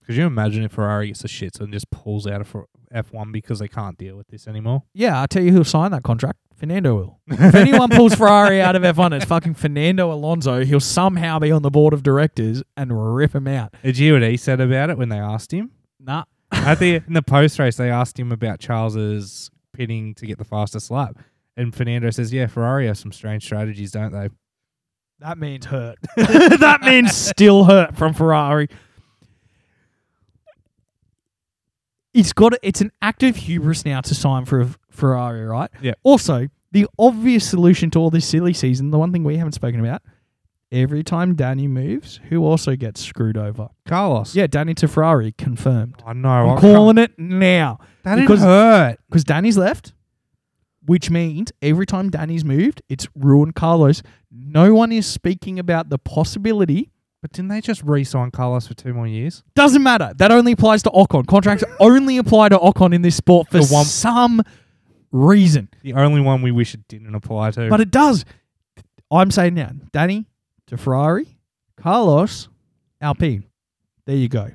Could you imagine if Ferrari gets the shits and just pulls out of F one because they can't deal with this anymore? Yeah, I tell you who'll sign that contract. Fernando will. If anyone pulls Ferrari out of F1, it's fucking Fernando Alonso. He'll somehow be on the board of directors and rip him out. Did you hear what he said about it when they asked him? Nah. At the in the post race, they asked him about Charles's pitting to get the fastest lap, and Fernando says, "Yeah, Ferrari have some strange strategies, don't they?" That means hurt. that means still hurt from Ferrari. It's got it's an act of hubris now to sign for a Ferrari, right? Yeah. Also, the obvious solution to all this silly season, the one thing we haven't spoken about, every time Danny moves, who also gets screwed over? Carlos. Yeah, Danny to Ferrari confirmed. I know. I'm calling it now That didn't because- hurt. because Danny's left, which means every time Danny's moved, it's ruined Carlos. No one is speaking about the possibility But didn't they just re-sign Carlos for two more years? Doesn't matter. That only applies to Ocon. Contracts only apply to Ocon in this sport for The one- some reason. The only one we wish it didn't apply to. But it does. I'm saying now, Danny to Ferrari, Carlos, Alpine. There you go.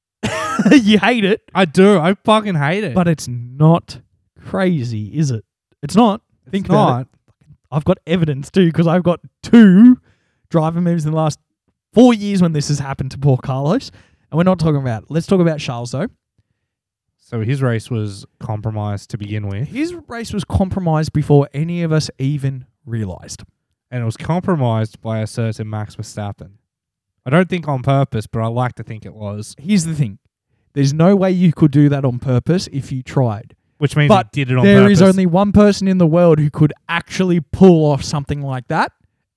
you hate it, I do. I fucking hate it. but it's not crazy, is it? It's not. It's think about it. I've got evidence too because I've got two driver moves in the last four years when this has happened to poor Carlos. And we're not talking about. Let's talk about Charles though. So his race was compromised to begin with, His race was compromised before any of us even realized. and it was compromised by a certain Max Verstappen. I don't think on purpose, but I like to think it was, Here's the thing there's no way you could do that on purpose if you tried. which means But he did it on There purpose. is only one person in the world who could actually pull off something like that,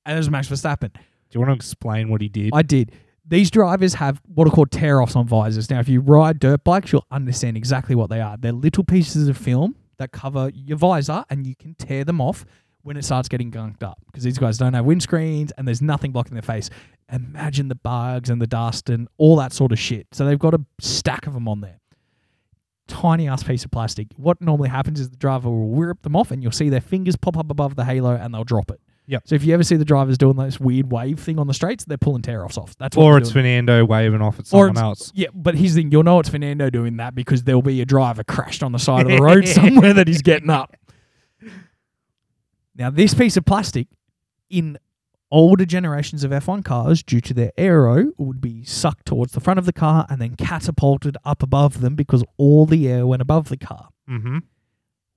and it's Max Verstappen. Do you want to explain what he did? I did. These drivers have what are called tear offs on visors. Now, if you ride dirt bikes, you'll understand exactly what they are. They're little pieces of film that cover your visor, and you can tear them off when it starts getting gunked up because these guys don't have windscreens and there's nothing blocking their face. Imagine the bugs and the dust and all that sort of shit. So they've got a stack of them on there. Tiny ass piece of plastic. What normally happens is the driver will rip them off, and you'll see their fingers pop up above the halo and they'll drop it. Yep. So if you ever see the drivers doing this weird wave thing on the straights, they're pulling tear offs off. That's what or they're it's doing. Fernando waving off Or at someone it's- else. yeah. But here's the thing: you'll know it's Fernando doing that because there'll be a driver crashed on the side of the road somewhere that he's getting up. Now, this piece of plastic in older generations of F1 cars, due to their aero, would be sucked towards the front of the car and then catapulted up above them because all the air went above the car. Mm-hmm.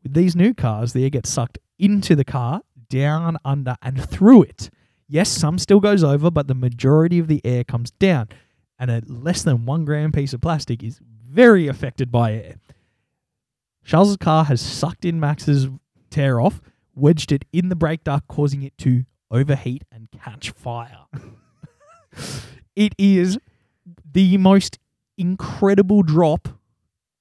With these new cars, the air gets sucked into the car, down, under, and through it. Yes, some still goes over, but the majority of the air comes down, and a less than one gram piece of plastic is very affected by air. Charles's car has sucked in Max's tear off, wedged it in the brake duct, causing it to overheat and catch fire. it is the most incredible drop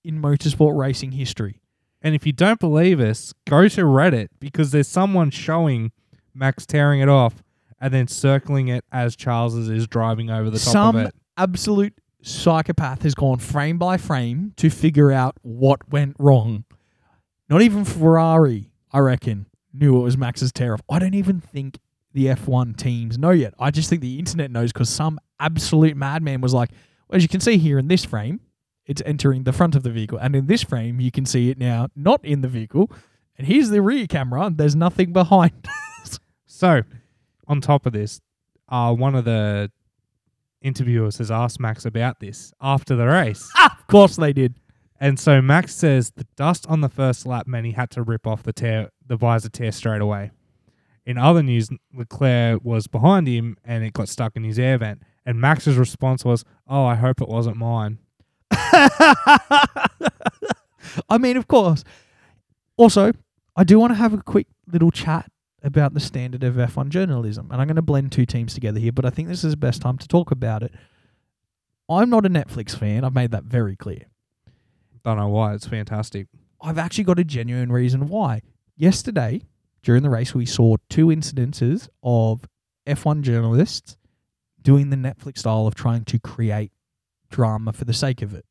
in motorsport racing history. And if you don't believe us, go to Reddit because there's someone showing Max tearing it off and then circling it as Charles is driving over the top Some of it. absolute psychopath has gone frame by frame to figure out what went wrong. Not even Ferrari, I reckon, knew it was Max's tear off. I don't even think the F1 teams know yet. I just think the internet knows because some absolute madman was like, well, as you can see here in this frame, it's entering the front of the vehicle. And in this frame, you can see it now not in the vehicle. And here's the rear camera. and There's nothing behind. So, on top of this, uh, one of the interviewers has asked Max about this after the race. ah, of course they did. and so Max says the dust on the first lap meant he had to rip off the tear, the visor tear straight away. In other news, Leclerc was behind him and it got stuck in his air vent. And Max's response was, "Oh, I hope it wasn't mine." I mean, of course. Also, I do want to have a quick little chat about the standard of F1 journalism. And I'm going to blend two teams together here, but I think this is the best time to talk about it. I'm not a Netflix fan. I've made that very clear. Don't know why. It's fantastic. I've actually got a genuine reason why. Yesterday, during the race, we saw two incidences of F1 journalists doing the Netflix style of trying to create drama for the sake of it.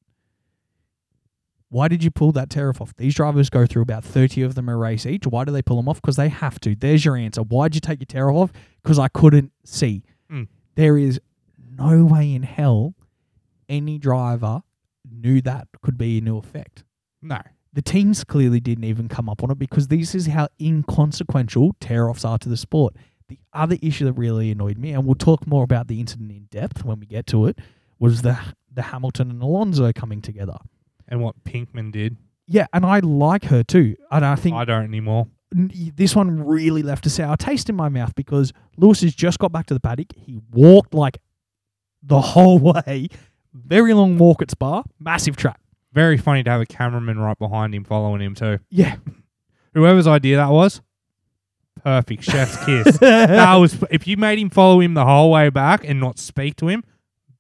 Why did you pull that tear off? These drivers go through about 30 of them a race each. Why do they pull them off? Because they have to. There's your answer. Why'd you take your tear off? Because I couldn't see. Mm. There is no way in hell any driver knew that could be a new effect. No. The teams clearly didn't even come up on it because this is how inconsequential tear offs are to the sport. The other issue that really annoyed me, and we'll talk more about the incident in depth when we get to it, was the the Hamilton and Alonso coming together. And what Pinkman did, Yeah, and I like her too. And I think I don't anymore. n- this one really left a sour taste in my mouth because Lewis has just got back to the paddock. He walked like the whole way, very long walk at Spa, massive track. Very funny to have a cameraman right behind him following him too. Yeah, Whoever's idea that was, perfect chef's kiss. that was if you made him follow him the whole way back and not speak to him,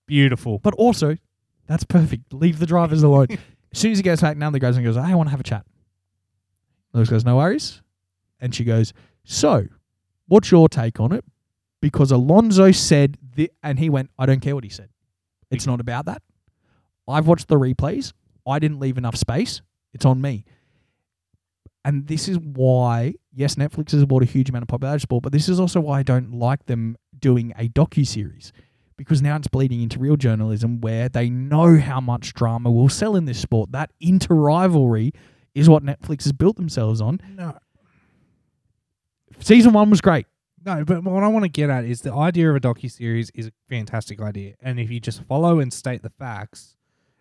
beautiful. but also that's perfect. Leave the drivers alone. as soon as he gets back, now the goes and goes, "I want to have a chat." Lewis goes, "No worries," and she goes, "So, what's your take on it?" Because Alonso said, thi- and he went, "I don't care what he said. It's not about that. I've watched the replays. I didn't leave enough space. It's on me." And this is why, yes, Netflix has bought a huge amount of popularity sport, but this is also why I don't like them doing a docu series because now it's bleeding into real journalism where they know how much drama will sell in this sport. That inter rivalry is what Netflix has built themselves on. No, Season one was great. No, but what I want to get at is the idea of a docu series is a fantastic idea, and if you just follow and state the facts,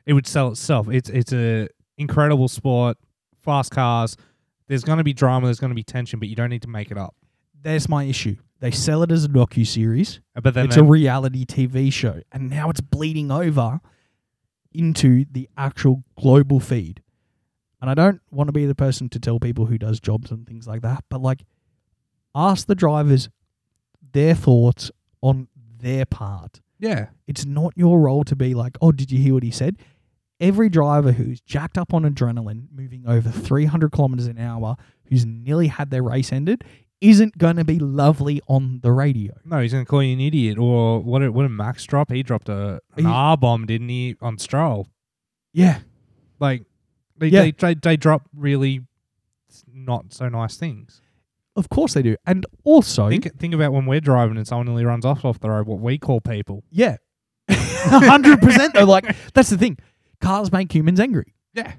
it would sell itself. It's it's a incredible sport, fast cars. There's going to be drama. There's going to be tension, but you don't need to make it up. There's my issue. They sell it as a docu series. Uh, But then It's they- a reality TV show, and now it's bleeding over into the actual global feed. And I don't want to be the person to tell people who does jobs and things like that, but like, ask the drivers their thoughts on their part. yeah, It's not your role to be like, oh, did you hear what he said? Every driver who's jacked up on adrenaline, moving over 300 kilometers an hour, who's nearly had their race ended, isn't going to be lovely on the radio. no, he's going to call you an idiot or what? Did, what did Max drop? He dropped a an He- R bomb, didn't he, on Stroll? Yeah. Like they Yeah. they, they they drop really s- not so nice things. Of course they do. And also, Think think about when we're driving and someone nearly runs off off the road. What we call people. yeah. 100% though. Like, that's the thing. Cars make humans angry. Yeah.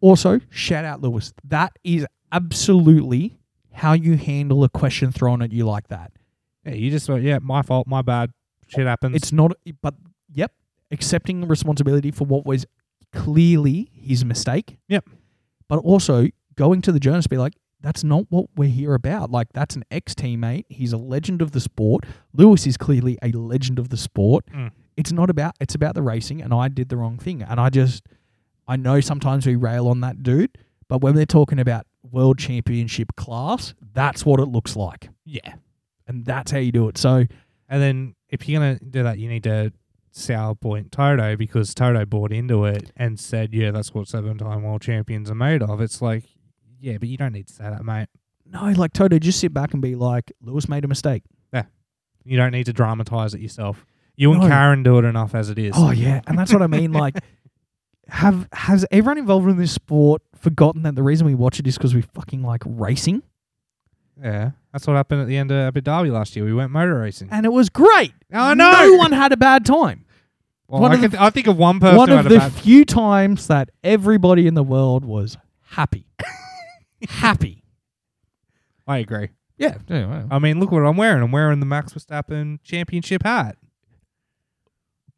Also, shout out Lewis. That is absolutely how you handle a question thrown at you like that. Yeah, you just went, yeah, my fault, my bad, shit happens. It's not, but yep, accepting responsibility for what was clearly his mistake. Yep. But also going to the journalist, be like, that's not what we're here about. Like, that's an ex teammate. He's a legend of the sport. Lewis is clearly a legend of the sport. Mm. It's not about, it's about the racing, and I did the wrong thing. And I just, I know sometimes we rail on that dude, but when they're talking about world championship class, that's what it looks like. yeah. And that's how you do it. So, And then if you're gonna do that, you need to sour point Toto because Toto bought into it and said, yeah, that's what seven-time world champions are made of. It's like, yeah, but you don't need to say that, mate. no, like Toto, just sit back and be like, Lewis made a mistake. You don't need to dramatize it yourself. You and No. Karen do it enough as it is. Oh yeah, and that's what I mean. Like, have has everyone involved in this sport forgotten that the reason we watch it is because we fucking like racing, Yeah, that's what happened at the end of Abu Dhabi last year. We went motor racing. and it was great. I Uh, no know. one had a bad time. Well, one I, of could, I think of one person One who of had the a bad. few times that everybody in the world was happy, happy. I agree. Yeah, I mean, look what I'm wearing. I'm wearing the Max Verstappen championship hat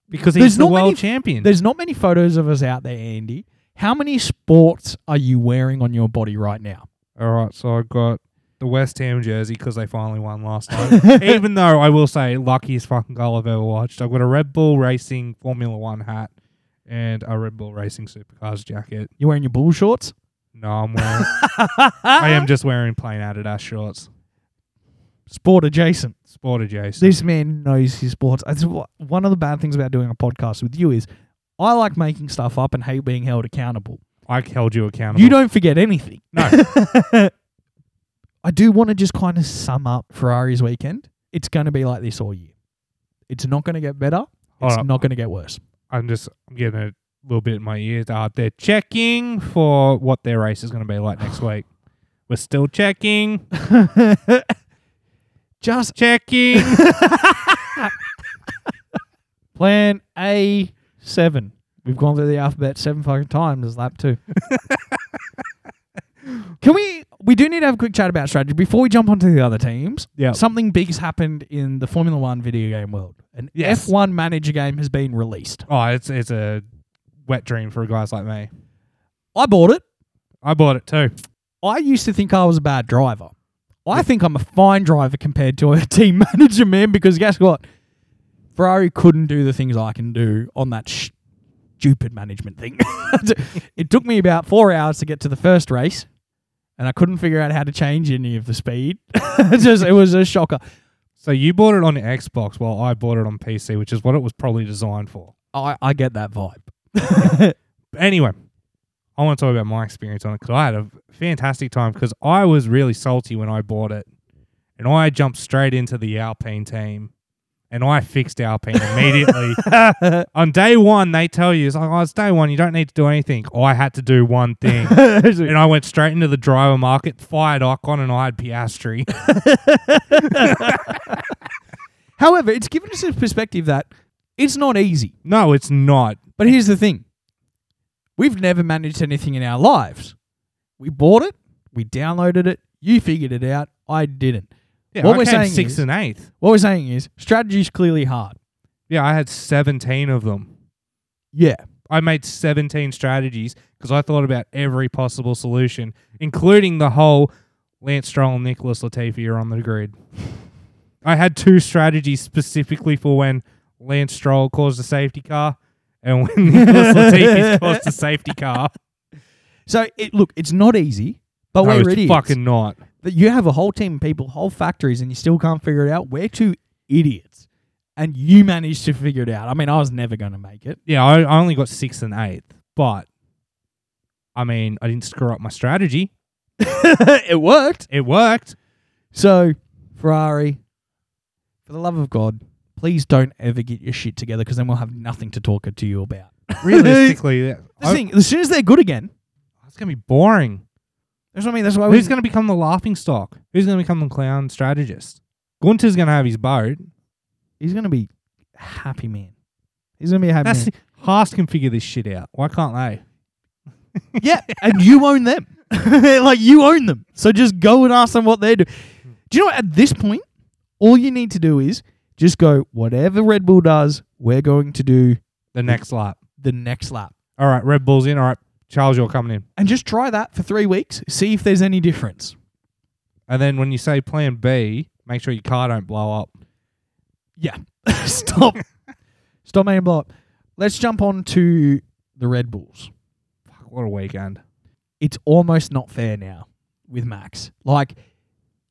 because he's There's the not many world f- champion. there's not many photos of us out there, Andy. How many sports are you wearing on your body right now? All right, so I got the West Ham jersey because they finally won last night. Even though I will say, luckiest fucking goal I've ever watched. I've got a Red Bull Racing Formula One hat and a Red Bull Racing Supercars jacket. You're wearing your bull shorts. No, I'm wearing. I am just wearing plain Adidas shorts. sport adjacent. Sport adjacent. this man knows his sports. That's wh- one of the bad things about doing a podcast with you is I like making stuff up and hate being held accountable. I held you accountable. You don't forget anything. No. I do want to just kind of sum up Ferrari's weekend. It's going to be like this all year. It's not going to get better. It's Hold up. not going to get worse. I'm just getting a little bit in my ears. Uh, they're checking for what their race is going to be like next week. We're still checking, just checking. Plan A seven. We've gone through the alphabet seven fucking times as lap two. Can we? We do need to have a quick chat about strategy before we jump onto the other teams. Yeah. Something big's happened in the Formula One video game world. An Yes. F1 manager game has been released. Oh, it's it's a wet dream for guys like me. I bought it. I bought it too. I used to think I was a bad driver. I think I'm a fine driver compared to a team manager, man, because guess what? Ferrari couldn't do the things I can do on that sh- stupid management thing. it took me about four hours to get to the first race, and I couldn't figure out how to change any of the speed. Just it was a shocker. So you bought it on the Xbox while I bought it on PC, which is what it was probably designed for. I, I get that vibe. But anyway, I want to talk about my experience on it because I had a fantastic time because I was really salty when I bought it. And I jumped straight into the Alpine team and I fixed Alpine immediately. on day one, they tell you, it's like, oh, it's day one, you don't need to do anything. I had to do one thing. and I went straight into the driver market, fired Icon, and I had Piastri. However, it's given us a perspective that it's not easy. no, it's not. But here's the thing we've never managed anything in our lives. We bought it, we downloaded it, you figured it out, I didn't. Yeah, What I we're came saying sixth is- and eighth. What we're saying is strategy's clearly hard. Yeah, I had 17 of them. Yeah. I made 17 strategies because I thought about every possible solution, including the whole Lance Stroll and Nicholas Latifi are on the grid. I had two strategies specifically for when Lance Stroll caused a safety car and when Nicholas Latifi caused a safety car. So it look, it's not easy, but No, we're it's idiots. fucking not. that you have a whole team of people, whole factories, and you still can't figure it out. We're two idiots. And you managed to figure it out. I mean, I was never going to make it. Yeah, I, I only got sixth and eighth, but I mean, I didn't screw up my strategy. it worked. It worked. So, Ferrari, for the love of God, please don't ever get your shit together because then we'll have nothing to talk to you about. Realistically, yeah, The I, thing, as soon as they're good again, it's going to be boring. that's what I mean. That's why we. Who's going to become the laughing stock? Who's going to become the clown strategist? Gunter's going to have his boat. he's going to be a happy man. He's going to be a happy That's man. Haas can figure this shit out. Why can't they? yeah, and you own them. like you own them. So just go and ask them what they do. Do you know what? At this point, all you need to do is just go. Whatever Red Bull does, we're going to do The next lap. the next lap, All right, Red Bull's in. All right, Charles, you're coming in. and just try that for three weeks. See if there's any difference. And then when you say plan B, make sure your car don't blow up. Yeah. Stop. Stop making blow up. Let's jump on to the Red Bulls. Fuck, what a weekend. It's almost not fair now with Max. Like,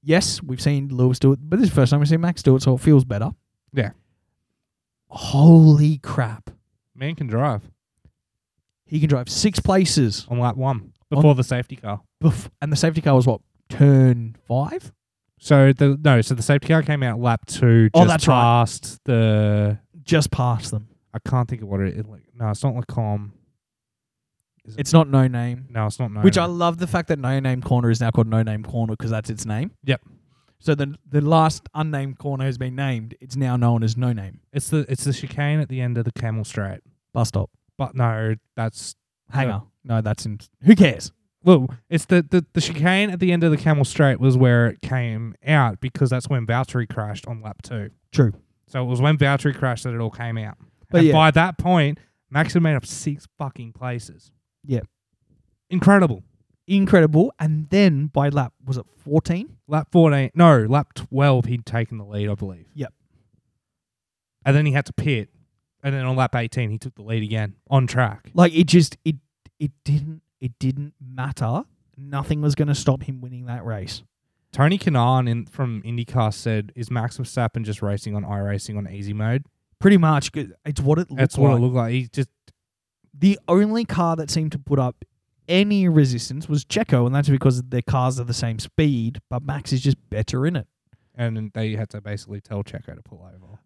yes, we've seen Lewis do it, but this is the first time we've seen Max do it, so it feels better. Yeah. Holy crap. Man can drive He can drive six places. on lap one before the safety car. Bef- and the safety car was what? Turn five? So the no, so the safety car came out lap two. Just Oh, that's right. past the. Just past them. I can't think of what it. it like, no, it's not Lacombe. It's not no name. No, it's not. Nome. Which I love the fact that No Name Corner is now called No Name Corner because that's its name. Yep. So the the last unnamed corner has been named. It's now known as No Name It's the it's the chicane at the end of the Camel Straight. bus stop. But no, that's Hanger. No, that's in. Who cares? well, it's the, the the chicane at the end of the Camel Straight was where it came out because that's when Valtteri crashed on lap two. True. So it was when Valtteri crashed that it all came out. But and yeah. by that point, Max had made up six fucking places. Yeah. Incredible. Incredible. And then by lap was it fourteen? Lap fourteen no, lap twelve he'd taken the lead, I believe. Yep. And then he had to pit. And then on lap eighteen he took the lead again on track. Like it just it it didn't it didn't matter. Nothing was going to stop him winning that race. Tony Kanan in, from IndyCar said, "Is Max Verstappen just racing on iRacing on easy mode?" Pretty much, 'cause it's what it looked That's like. what it looked like. He just the only car that seemed to put up any resistance was Checo, and that's because their cars are the same speed, but Max is just better in it. and then they had to basically tell Checo to pull over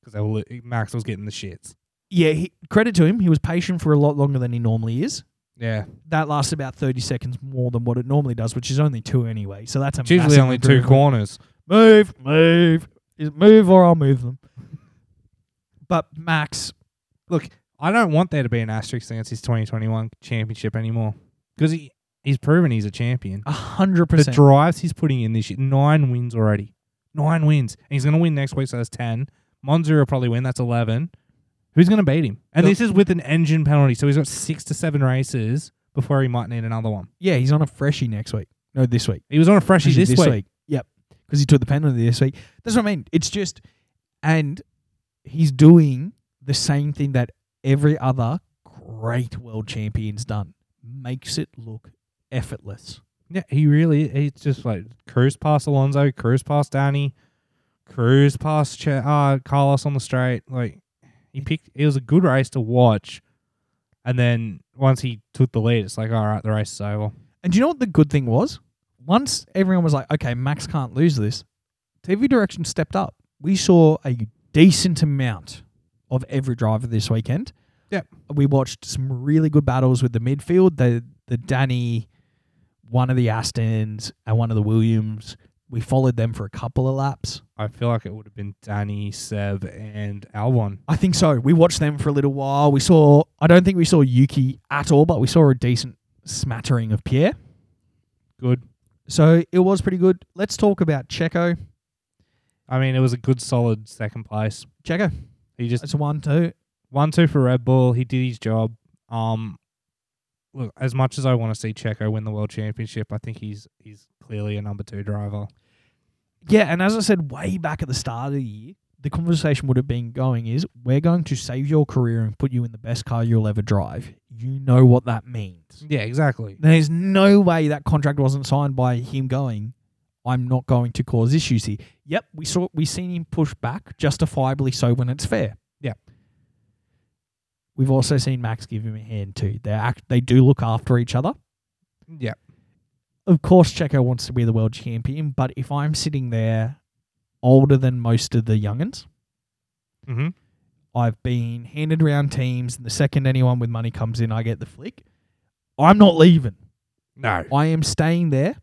because they were li- Max was getting the shits. Yeah, he, credit to him, he was patient for a lot longer than he normally is. Yeah, That lasts about 30 seconds more than what it normally does, which is only two anyway. So that's a it's usually massive only two improvement. corners. Move, move, Is- move, or I'll move them. But Max, Look, I don't want there to be an asterisk against his 2021 championship anymore because he, he's proven he's a champion. a hundred The percent. drives he's putting in this year, nine wins already. Nine wins. And he's going to win next week, so that's 10. Monzu will probably win, that's 11. Who's going to beat him? And Look- this is with an engine penalty, so he's got six to seven races before he might need another one. Yeah, he's on a freshie next week. No, this week. He was on a freshie Freshie this, week. Yep, because he took the penalty this week. That's what I mean. It's just, and he's doing the same thing that every other great world champion's done. Makes it look effortless. Yeah, he really, he's just like cruise past Alonso, cruise past Danny, cruise past Ch- uh, Carlos on the straight. Like, he picked, it was a good race to watch. And then once he took the lead, it's like, all right, the race is over. And do you know what the good thing was? Once everyone was like, okay, Max can't lose this, TV Direction stepped up. We saw a decent amount of every driver this weekend. Yep. We watched some really good battles with the midfield, the the Danny, one of the Astons and one of the Williams. We followed them for a couple of laps. I feel like it would have been Danny, Seb, and Albon. I think so. We watched them for a little while. We saw I don't think we saw Yuki at all, but we saw a decent smattering of Pierre. Good. So it was pretty good. Let's talk about Checo. I mean, it was a good, solid second place. Checo. He just It's one two. one two for Red Bull. He did his job. Um, look, as much as I want to see Checo win the world championship, I think he's he's clearly a number two driver. Yeah, and as I said way back at the start of the year, the conversation would have been going is we're going to save your career and put you in the best car you'll ever drive. You know what that means. Yeah, exactly. There's no way that contract wasn't signed by him going, I'm not going to cause issues here. Yep, we saw we seen him push back, justifiably so when it's fair. Yeah. We've also seen Max give him a hand too. They act they do look after each other. Yeah, of course Checo wants to be the world champion, but if I'm sitting there older than most of the youngins, mm-hmm. I've been handed around teams, and the second anyone with money comes in, I get the flick. I'm not leaving. no, I am staying there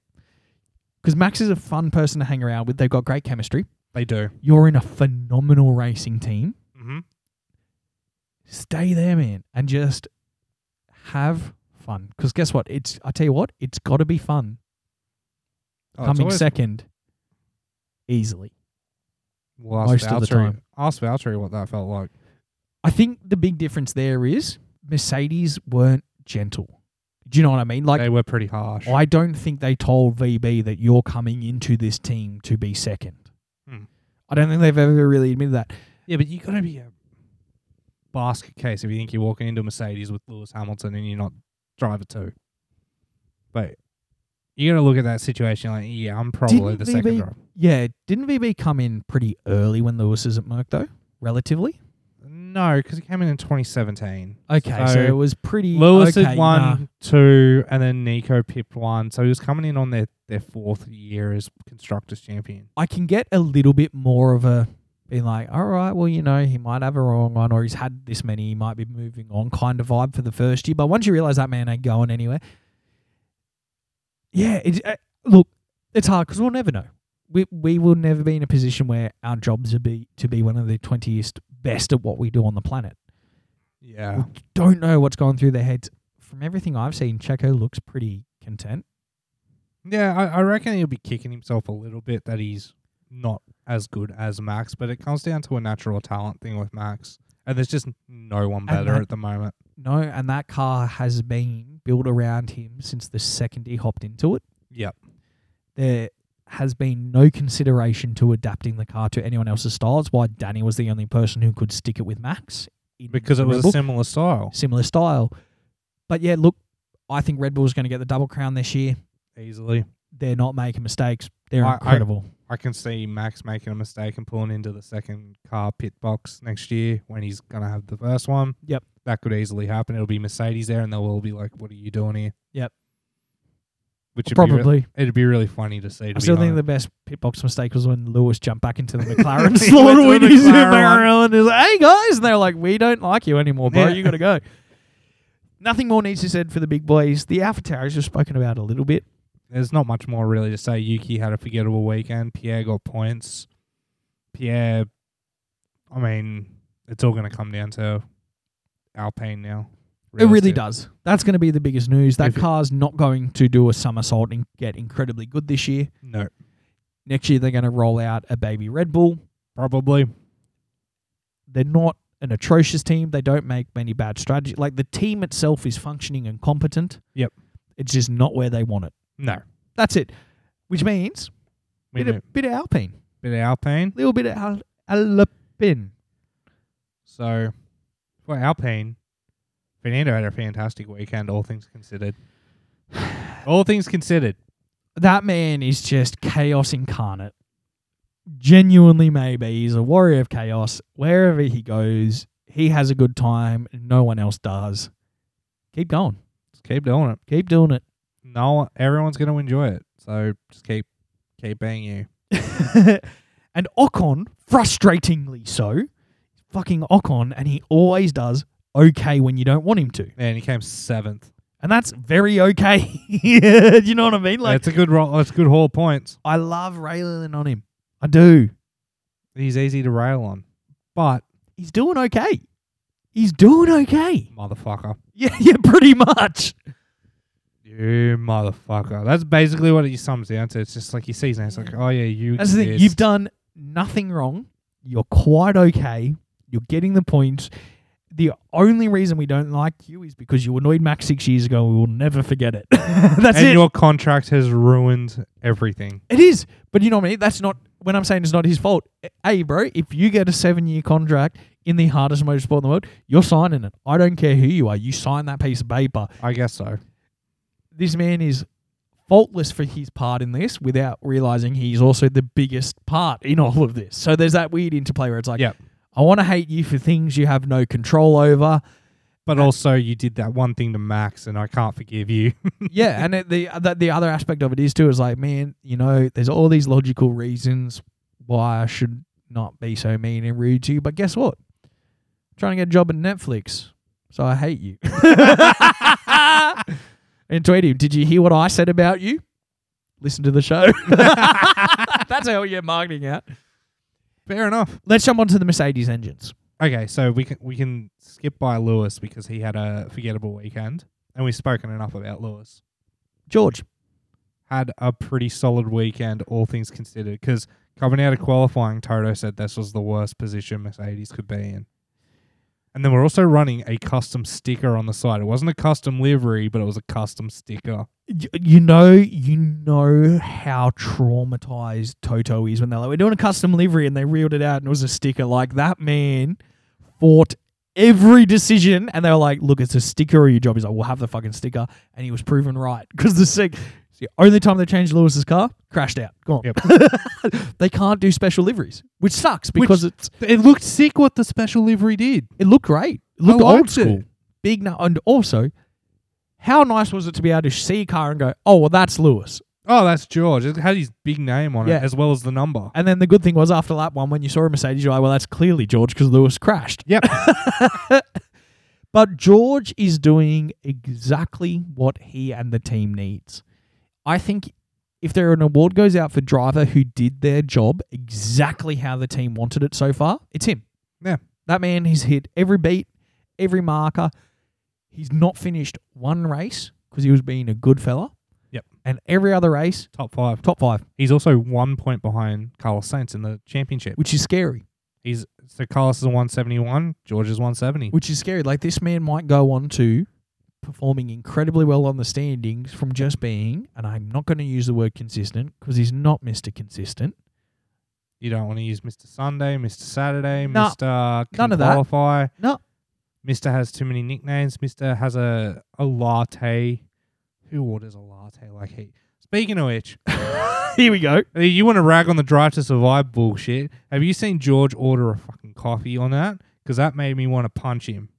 because Max is a fun person to hang around with. They've got great chemistry. they do. You're in a phenomenal racing team. Mm-hmm. Stay there, man, and just have fun. Because guess what? It's I tell you what, it's got to be fun. Oh, Coming second, easily. well, ask most of the Valtteri- time. Ask Valtteri what that felt like. I think the big difference there is Mercedes weren't gentle. Do you know what I mean? Like, they were pretty harsh. I don't think they told VB that you're coming into this team to be second. Hmm. I don't think they've ever really admitted that. yeah, but you got to be a basket case if you think you're walking into a Mercedes with Lewis Hamilton and you're not driver two. But you got to look at that situation like, yeah, I'm probably Didn't the second VB driver. Yeah, didn't VB come in pretty early when Lewis is at Merck, though? Relatively? No, because it came in in 2017. Okay, so, So, it was pretty. Lewis okay, had one, nah. two, and then Nico pipped one. So he was coming in on their, their fourth year as constructors champion. I can get a little bit more of a being like, all right, well, you know, he might have a wrong one or he's had this many, he might be moving on kind of vibe for the first year. But once you realize that man ain't going anywhere, yeah, it's, uh, look, it's hard because we'll never know. We, we will never be in a position where our jobs would be to be one of the 20th best at what we do on the planet. Yeah. We don't know what's going through their heads. From everything I've seen, Checo looks pretty content. Yeah, I, I reckon he'll be kicking himself a little bit that he's not as good as Max, but it comes down to a natural talent thing with Max. And there's just no one better that- at the moment. No, and that car has been built around him since the second he hopped into it. Yep. there has been no consideration to adapting the car to anyone else's styles. Why Danny was the only person who could stick it with Max in Because it was Red a Bull. similar style. similar style. But yeah, look, I think Red Bull's going to get the double crown this year. Easily. They're not making mistakes. They're I- I- incredible. I can see Max making a mistake and pulling into the second car pit box next year when he's going to have the first one. Yep. That could easily happen. It'll be Mercedes there and they'll all be like, what are you doing here? Yep. Which would Be re- Probably. it'd be really funny to see. To I still be think honest. the best pit box mistake was when Lewis jumped back into the McLaren went to slot the when he's in McLaren one. Maryland. He's like, hey guys. And they're like, we don't like you anymore, bro. Yeah. You got to go. Nothing more needs to be said for the big boys. The Alpha Towers we've spoken about a little bit. There's not much more really to say. Yuki had a forgettable weekend. Pierre got points. Pierre, I mean, it's all going to come down to Alpine now. It really Realistic. does. That's going to be the biggest news. That If it- car's not going to do a somersault and get incredibly good this year. No, Next year, they're going to roll out a baby Red Bull. probably. They're not an atrocious team. They don't make many bad strategy. Like the team itself is functioning and competent. Yep. It's just not where they want it. No. That's it. Which means We bit know. of, bit of Alpine, Bit of Alpine. little bit of Al- Alpine. So for Alpine, Fernando had a fantastic weekend, all things considered. all things considered. That man is just chaos incarnate. Genuinely, maybe he's a warrior of chaos. Wherever he goes, he has a good time. No one else does. Keep going. Just keep doing it. Keep doing it. No everyone's gonna enjoy it. So just keep keep being you. and Ocon, frustratingly so, fucking Ocon, and he always does okay when you don't want him to. Man, he came seventh. And that's very okay. Do you know what I mean? Like, that's a good roll that's a good haul of points. I love railing on him. I do. He's easy to rail on. But He's doing okay. He's doing okay. motherfucker. Yeah, yeah, pretty much. You motherfucker. That's basically what it sums down to. It's just like you see now, it's like, oh yeah, you That's the thing. exist. You've done nothing wrong. You're quite okay. You're getting the points. The only reason we don't like you is because you annoyed Max six years ago. We will never forget it. That's and it. your contract has ruined everything. It is. But you know what I mean? That's not when I'm saying it's not his fault. eh, Hey, bro, if you get a seven year contract in the hardest motorsport in the world, you're signing it. I don't care who you are. You sign that piece of paper. I guess so. This man is faultless for his part in this without realizing he's also the biggest part in all of this. So there's that weird interplay where it's like, Yep. I want to hate you for things you have no control over. But also, you did that one thing to Max, and I can't forgive you. yeah, and it, the the- the other aspect of it is too is like, man, you know, there's all these logical reasons why I should not be so mean and rude to you, but guess what? I'm trying to get a job at Netflix, so I hate you. and tweet him, did you hear what I said about you? Listen to the show. That's how we get marketing out. Fair enough. Let's jump onto the Mercedes engines. Okay, so we can we can skip by Lewis because he had a forgettable weekend, and we've spoken enough about Lewis. George, Had a pretty solid weekend, all things considered, because coming out of qualifying, Toto said this was the worst position Mercedes could be in. And then we're also running a custom sticker on the side. It wasn't a custom livery, but it was a custom sticker. Y- you know, you know how traumatized Toto is when they're like, "We're doing a custom livery," and they reeled it out, and it was a sticker. Like that man fought every decision, and they were like, "Look, it's a sticker or your job." He's like, "We'll have the fucking sticker," and he was proven right because the sick. It's the only time they changed Lewis's car, crashed out, gone. they can't do special liveries, which sucks because it's It looked sick what the special livery did. it looked great, it looked liked Oh, old it. school, big. No- and also, how nice was it to be able to see a car and go, "Oh, well, that's Lewis." Oh, that's George. It had his big name on Yeah. it as well as the number. And then the good thing was after lap one, when you saw a Mercedes, you're like, well, that's clearly George because Lewis crashed. Yep. But George is doing exactly what he and the team needs. I think if there an award goes out for driver who did their job exactly how the team wanted it so far, it's him. Yeah. That man has hit every beat, every marker. He's not finished one race because he was being a good fella. Yep. And every other race, Top five. top five, He's also one point behind Carlos Sainz in the championship. which is scary. He's so Carlos is a one seventy one, George is one seventy. which is scary. Like this man might go on to performing incredibly well on the standings from just being, and I'm not going to use the word consistent because he's not Mister Consistent. You don't want to use Mr. Sunday, Mr. Saturday, No, Mr. Can none of that. qualify. No. Mr. has too many nicknames. Mr. has a, a latte. Who orders a latte like he? Speaking of which, Here we go. Hey, You want to rag on the drive to survive bullshit? Have you seen George order a fucking coffee on that? Because that made me want to punch him.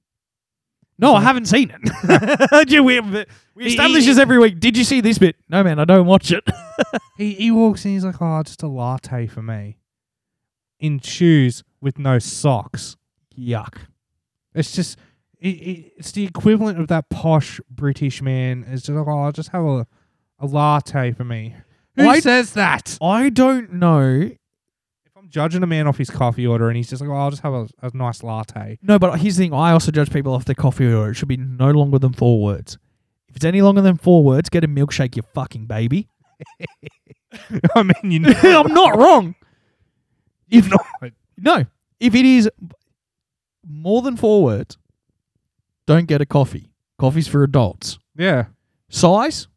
No, I haven't seen it. Gee, we, we establish he- this every week. Did you see this bit? No, man, I don't watch it. He he walks in, he's like, "Oh, just a latte for me," in shoes with no socks. Yuck. It's just it, it, it's the equivalent of that posh British man. It's just like, "Oh, just have a a latte for me." Who Why- says that? I don't know If I'm I'm judging a man off his coffee order, and he's just like, "Oh, I'll just have a, a nice latte." No, but here's the thing. I also judge people off their coffee order. It should be no longer than four words. If it's any longer than four words, get a milkshake, you fucking baby. I mean, you know, I'm not wrong. you've not. No. If it is more than four words, don't get a coffee. Coffee's for adults. Yeah, Size,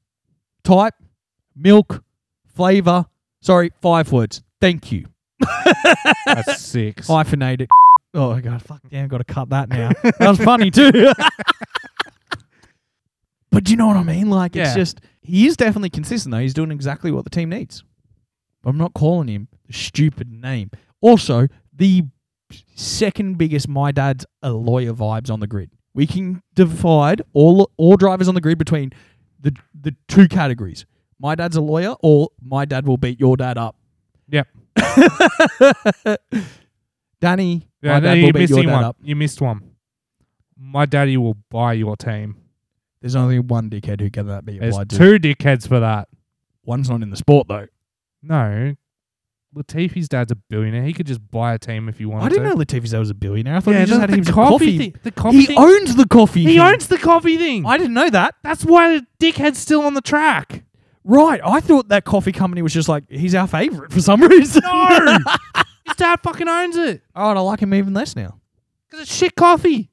type, milk, flavor. Sorry, five words. Thank you. that's six. Hyphenate it. Oh, God. Fuck, damn. Got to cut that now. that was funny, too. but do you know what I mean? Like, it's Yeah. just, he is definitely consistent, though. He's doing exactly what the team needs. I'm not calling him a stupid name. Also, the second biggest my dad's a lawyer vibes on the grid. We can divide all all drivers on the grid between the the two categories. My dad's a lawyer or my dad will beat your dad up. Yep. Danny, Yeah, my dad you will beat missed your dad one. up. You missed one. My daddy will buy your team. There's only one dickhead who can that be There's applied to. two dickheads for that. One's not in the sport though. No, Latifi's dad's a billionaire. He could just buy a team if he wanted. I didn't to. know Latifi's dad was a billionaire. I thought yeah, he just the, had the heaps of coffee. coffee. Thing, the coffee. he thing. owns the coffee. He thing. owns the coffee thing. I didn't know that. That's why the dickhead's still on the track. Right. I thought that coffee company was just like, he's our favorite for some reason. No, his dad fucking owns it Oh, and I like him even less now. because it's shit coffee.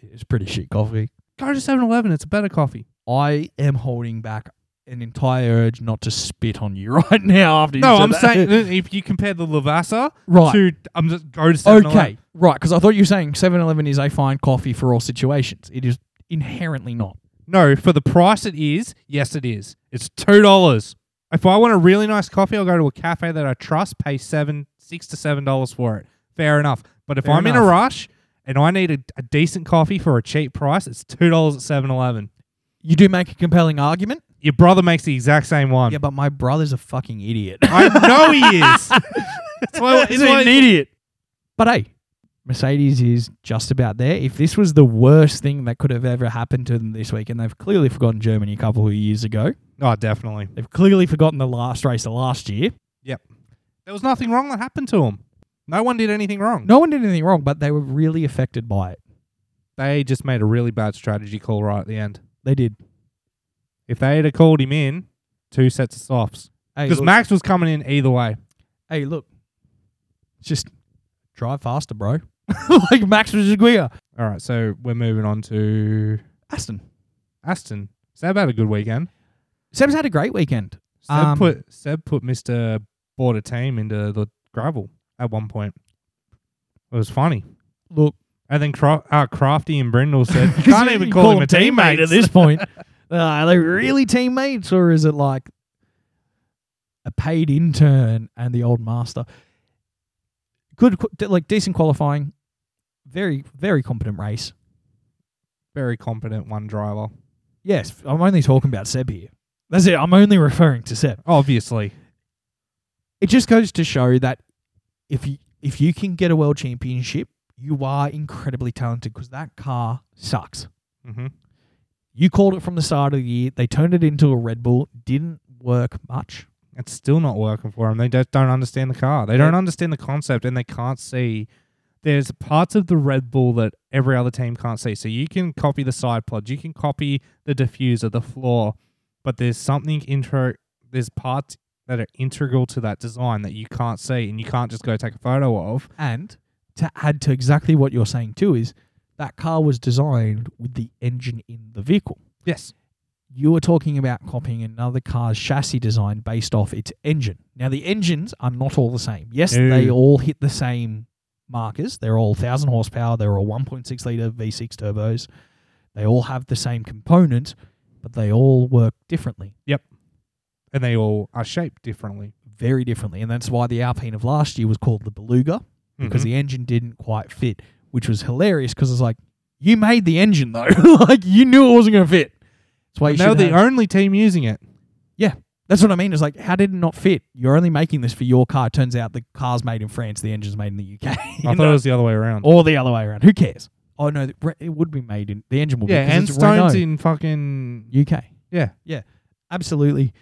It's pretty shit coffee. Go to 7-Eleven. It's a better coffee. I am holding back an entire urge not to spit on you right now after you No, said I'm that. saying that if you compare the Lavassa Right. to I'm just go to 7 Okay. Right. Because I thought you were saying 7 Eleven is a fine coffee for all situations. It is inherently not. No, for the price it is, yes, it is. It's two dollars. If I want a really nice coffee, I'll go to a cafe that I trust, pay seven, six to seven dollars for it. Fair enough. But if Fair I'm in a enough. rush and I need a, a decent coffee for a cheap price, it's two dollars at 7-Eleven. You do make a compelling argument. Your brother makes the exact same one. Yeah, but my brother's a fucking idiot. I know he is. That's why- that's why- idiot. But hey, Mercedes is just about there. If this was the worst thing that could have ever happened to them this week, and they've clearly forgotten Germany a couple of years ago, Oh, definitely. they've clearly forgotten the last race of last year. There was nothing wrong that happened to him. No one did anything wrong. No one did anything wrong, but they were really affected by it. They just made a really bad strategy call right at the end. They did. If they had called him in, two sets of stops. Hey, Because look, Max was coming in either way. hey, look. just drive faster, bro. like Max was just quicker. All right, so we're moving on to Aston. Aston. Seb had a good weekend. Seb's had a great weekend. Seb Um, put Seb put Mister bought a team into the gravel at one point. It was funny, Look, and then Cra- uh, Crafty and Brindle said, "You can't even call, him a teammate." at this point. Uh, are they really teammates, or is it like a paid intern and the old master? Good, qu- de- like decent qualifying, very very competent race. Very competent one driver, Yes, I'm only talking about Seb here. That's it. I'm only referring to Seb. obviously. It just goes to show that if you if you can get a world championship, you are incredibly talented because that car sucks. Mm-hmm. You called it from the start of the year. They turned it into a Red Bull. Didn't work much. It's still not working for them. They just don't understand the car. They don't understand the concept, and they can't see. There's parts of the Red Bull that every other team can't see. So you can copy the side pod, you can copy the diffuser, the floor, but there's something intro. There's parts that are integral to that design that you can't see, and you can't just go take a photo of. And to add to exactly what you're saying too is that car was designed with the engine in the vehicle. Yes. You were talking about copying another car's chassis design based off its engine. Now the engines are not all the same. Yes, No. they all hit the same markers. They're all 1000 horsepower, they're all 1.6 liter V6 turbos. They all have the same components, but they all work differently. And they all are shaped differently. very differently. And that's why the Alpine of last year was called the Beluga because Mhm. the engine didn't quite fit, which was hilarious because it's like, you made the engine though. like, you knew it wasn't going to fit. That's why you And they're should the have- only team using it. That's what I mean. It's like, how did it not fit? You're only making this for your car. It turns out the car's made in France, the engine's made in the UK. I thought it was the other way around. or the other way around. Who cares? Oh, no, the- re- it would be made in the engine will yeah, be 'cause and it's Stones Renault, in fucking UK. yeah. absolutely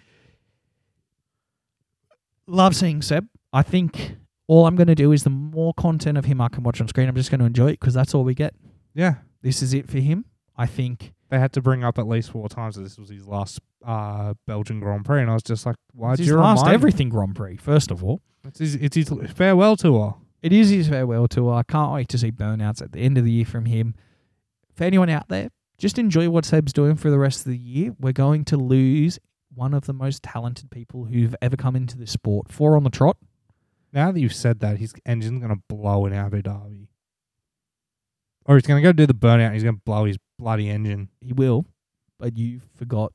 love seeing Seb. I think all I'm going to do is the more content of him I can watch on screen, I'm just going to enjoy it because that's all we get. Yeah, This is it for him. I think they had to bring up at least four times that this was his last uh, Belgian Grand Prix, and I was just like, "Why it's do his you last remind me? everything Grand Prix, first of all. It's his, it's his farewell tour." It is his farewell tour. I can't wait to see burnouts at the end of the year from him. For anyone out there, just enjoy what Seb's doing for the rest of the year. We're going to lose one of the most talented people who've ever come into this sport. Four on the trot. Now that you've said that, his engine's gonna blow in Abu Dhabi, or he's gonna go do the burnout. and He's gonna blow his bloody engine. He will, but you forgot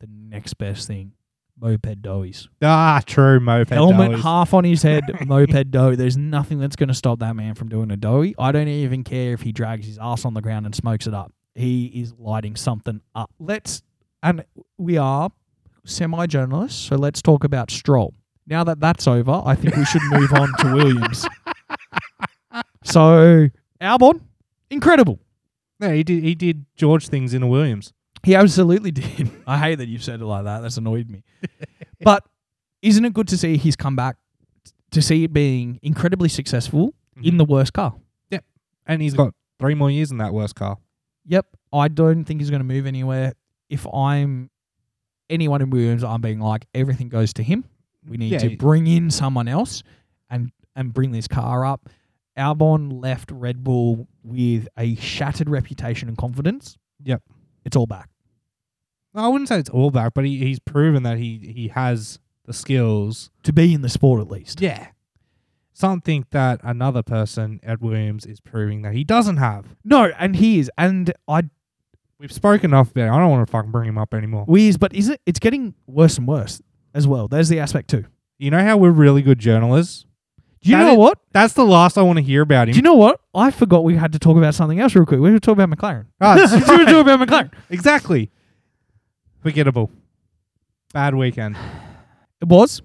the next best thing. Moped doughies. Ah, true. Moped Helmet doughies. half on his head, moped dough. There's nothing that's going to stop that man from doing a doughy. I don't even care if he drags his ass on the ground and smokes it up. He is lighting something up. Let's, and we are semi journalists, so let's talk about Stroll. Now that that's over, I think we should move on to Williams. So, Albon, incredible. No, he did. He did George things in a Williams. He absolutely did. I hate that you said it like that. That's annoyed me. but isn't it good to see he's come back? To see it being incredibly successful in the worst car. and he's got three more years in that worst car. Yep, I don't think he's going to move anywhere. If I'm anyone in Williams, I'm being like everything goes to him. We need Yeah, to he- bring in someone else and and bring this car up. Albon left Red Bull with a shattered reputation and confidence. Yep. it's all back. I wouldn't say it's all back, but he, he's proven that he he has the skills. to be in the sport at least. Yeah, something that another person, Ed Williams, is proving that he doesn't have. No, and he is, and I We've spoken off there. I don't want to fucking bring him up anymore. we is, but is it? It's getting worse and worse as well. There's the aspect too. You know how we're really good journalists. Do you That know is- what? That's the last I want to hear about him. Do you know what? I forgot we had to talk about something else real quick. We were talking about McLaren. Ah, that's we were talking about McLaren. exactly. Forgettable. Bad weekend. It was.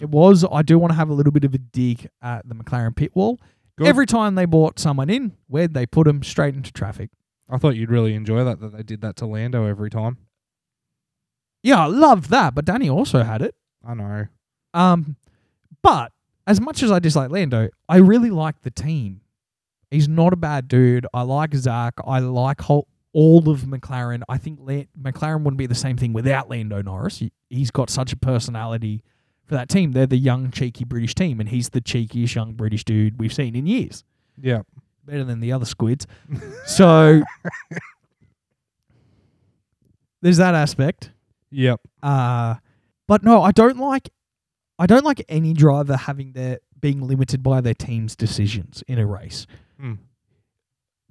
It was. I do want to have a little bit of a dig at the McLaren pit wall. Good. Every time they bought someone in, where'd they put them? Straight into traffic. I thought you'd really enjoy that that they did that to Lando every time. Yeah, I love that. But Danny also had it. I know. Um, but as much as I dislike Lando, I really like the team. He's not a bad dude. I like Zach. I like whole, all of McLaren. I think Lan- McLaren wouldn't be the same thing without Lando Norris. He- He's got such a personality for that team. They're the young, cheeky British team, and he's the cheekiest young British dude we've seen in years. Yeah. Better than the other squids. so there's that aspect. Yep. Uh but no, I don't like I don't like any driver having their being limited by their team's decisions in a race. Mm.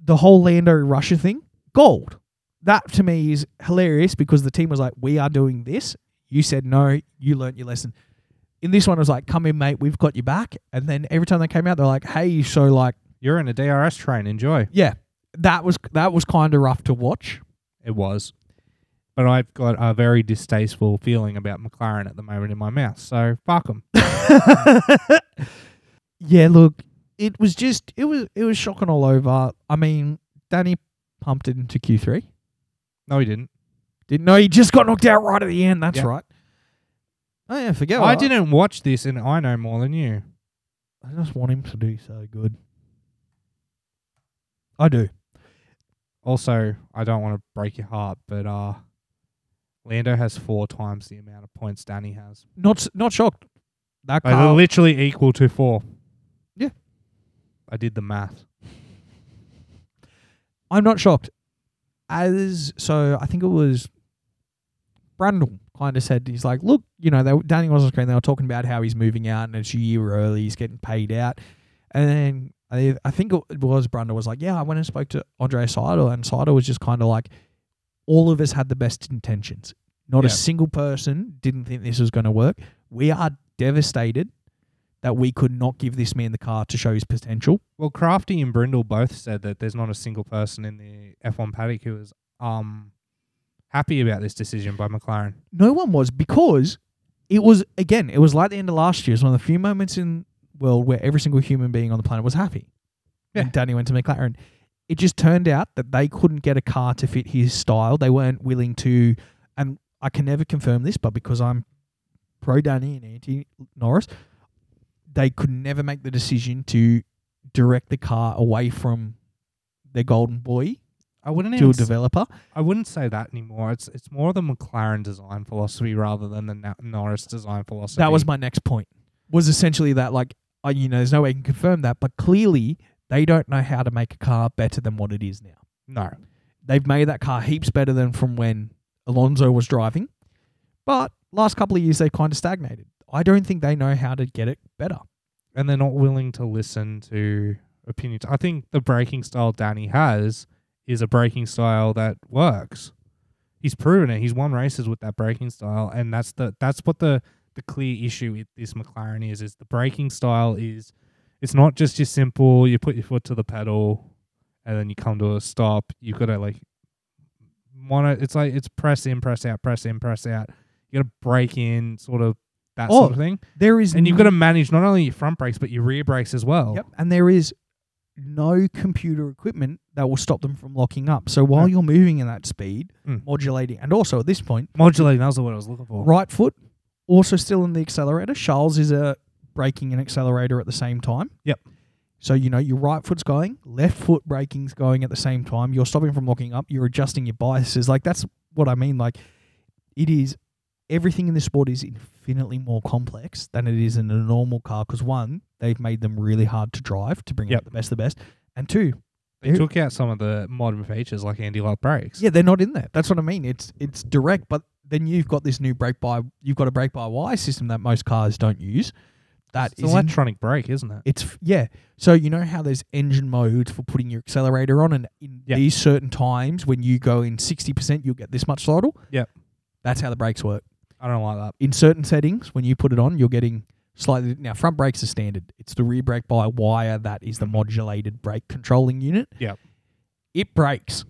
The whole Lando Russia thing, gold. That to me is hilarious because the team was like, "We are doing this." You said no. You learnt your lesson. In this one, it was like, "Come in, mate. We've got your back." And then every time they came out, they're like, "Hey, so like, You're in a DRS train. Enjoy. yeah, that was that was kind of rough to watch." It was. But I've got a very distasteful feeling about McLaren at the moment in my mouth. So fuck 'em. yeah, look, it was just it was it was shocking all over. I mean, Danny pumped it into Q three. No, he didn't. Didn't know he just got knocked out right at the end. That's Yeah. right. Oh yeah, forget. I what- didn't watch this, and I know more than you. I just want him to do so good. I do. Also, I don't want to break your heart, but uh, Lando has four times the amount of points Danny has. Not s- not shocked. That Like, they're car. literally equal to four. Yeah. I did the math. I'm not shocked. As so, I think it was Brundle kind of said he's like, look, you know, they were- Danny was on screen. They were talking about how he's moving out and it's a year early. He's getting paid out, and then I, I think it was Brundle was like, yeah, I went and spoke to Andre Seidel, and Seidel was just kind of like, all of us had the best intentions. Not a Yeah. single person didn't think this was going to work. We are devastated that we could not give this man the car to show his potential. Well, Crafty and Brindle both said that there's not a single person in the F1 paddock who is um happy about this decision by McLaren. No one was because it was again, it was like the end of last year. It's one of the few moments in world where every single human being on the planet was happy. Yeah. And Danny went to McLaren. It just turned out that they couldn't get a car to fit his style. They weren't willing to and I can never confirm this, but because I'm pro Danny and anti Norris, they could never make the decision to direct the car away from their golden boy I wouldn't to even a s- developer. I wouldn't say that anymore. It's it's more the McLaren design philosophy rather than the Na- Norris design philosophy. that was my next point. Was essentially that like I, you know, there's no way I can confirm that, but clearly they don't know how to make a car better than what it is now. no. They've made that car heaps better than from when Alonso was driving, but last couple of years they've kind of stagnated. I don't think they know how to get it better. and they're not willing to listen to opinions. I think the breaking style Danny has is a breaking style that works. He's proven it. He's won races with that breaking style, and that's the that's what the the clear issue with this McLaren is is the breaking style is it's not just your simple you put your foot to the pedal and then you come to a stop. You've got to like mono it's like it's press in, press out, press in, press out. You gotta break in, sort of that Oh, sort of thing. There is And you've got to manage not only your front brakes but your rear brakes as well. Mm-hmm. Yep. And there is no computer equipment that will stop them from locking up. So while No. you're moving in that speed, Mm. modulating, and also at this point, Modulating, that was the word I was looking for. right foot also still in the accelerator. Charles is uh, braking and accelerator at the same time. Yep. So you know your right foot's going, left foot braking's going at the same time. You're stopping from locking up. You're adjusting your biases. Like that's what I mean. Like it is everything in this sport is infinitely more complex than it is in a normal car because one, they've made them really hard to drive to bring Yep. out the best of the best, and two, They took out some of the modern features like anti-lock brakes. yeah, they're not in there. That's what I mean. It's it's direct, but then you've got this new brake by you've got a brake by wire system that most cars don't use. That it's is an in- electronic brake, isn't it? it's f- yeah. So you know how there's engine modes for putting your accelerator on, and in Yeah. these certain times when you go in sixty percent, you'll get this much throttle. Yeah. that's how the brakes work. I don't like that. In certain settings, when you put it on, you're getting slightly now front brakes are standard. It's the rear brake by wire that is the modulated brake controlling unit. Yeah. it brakes.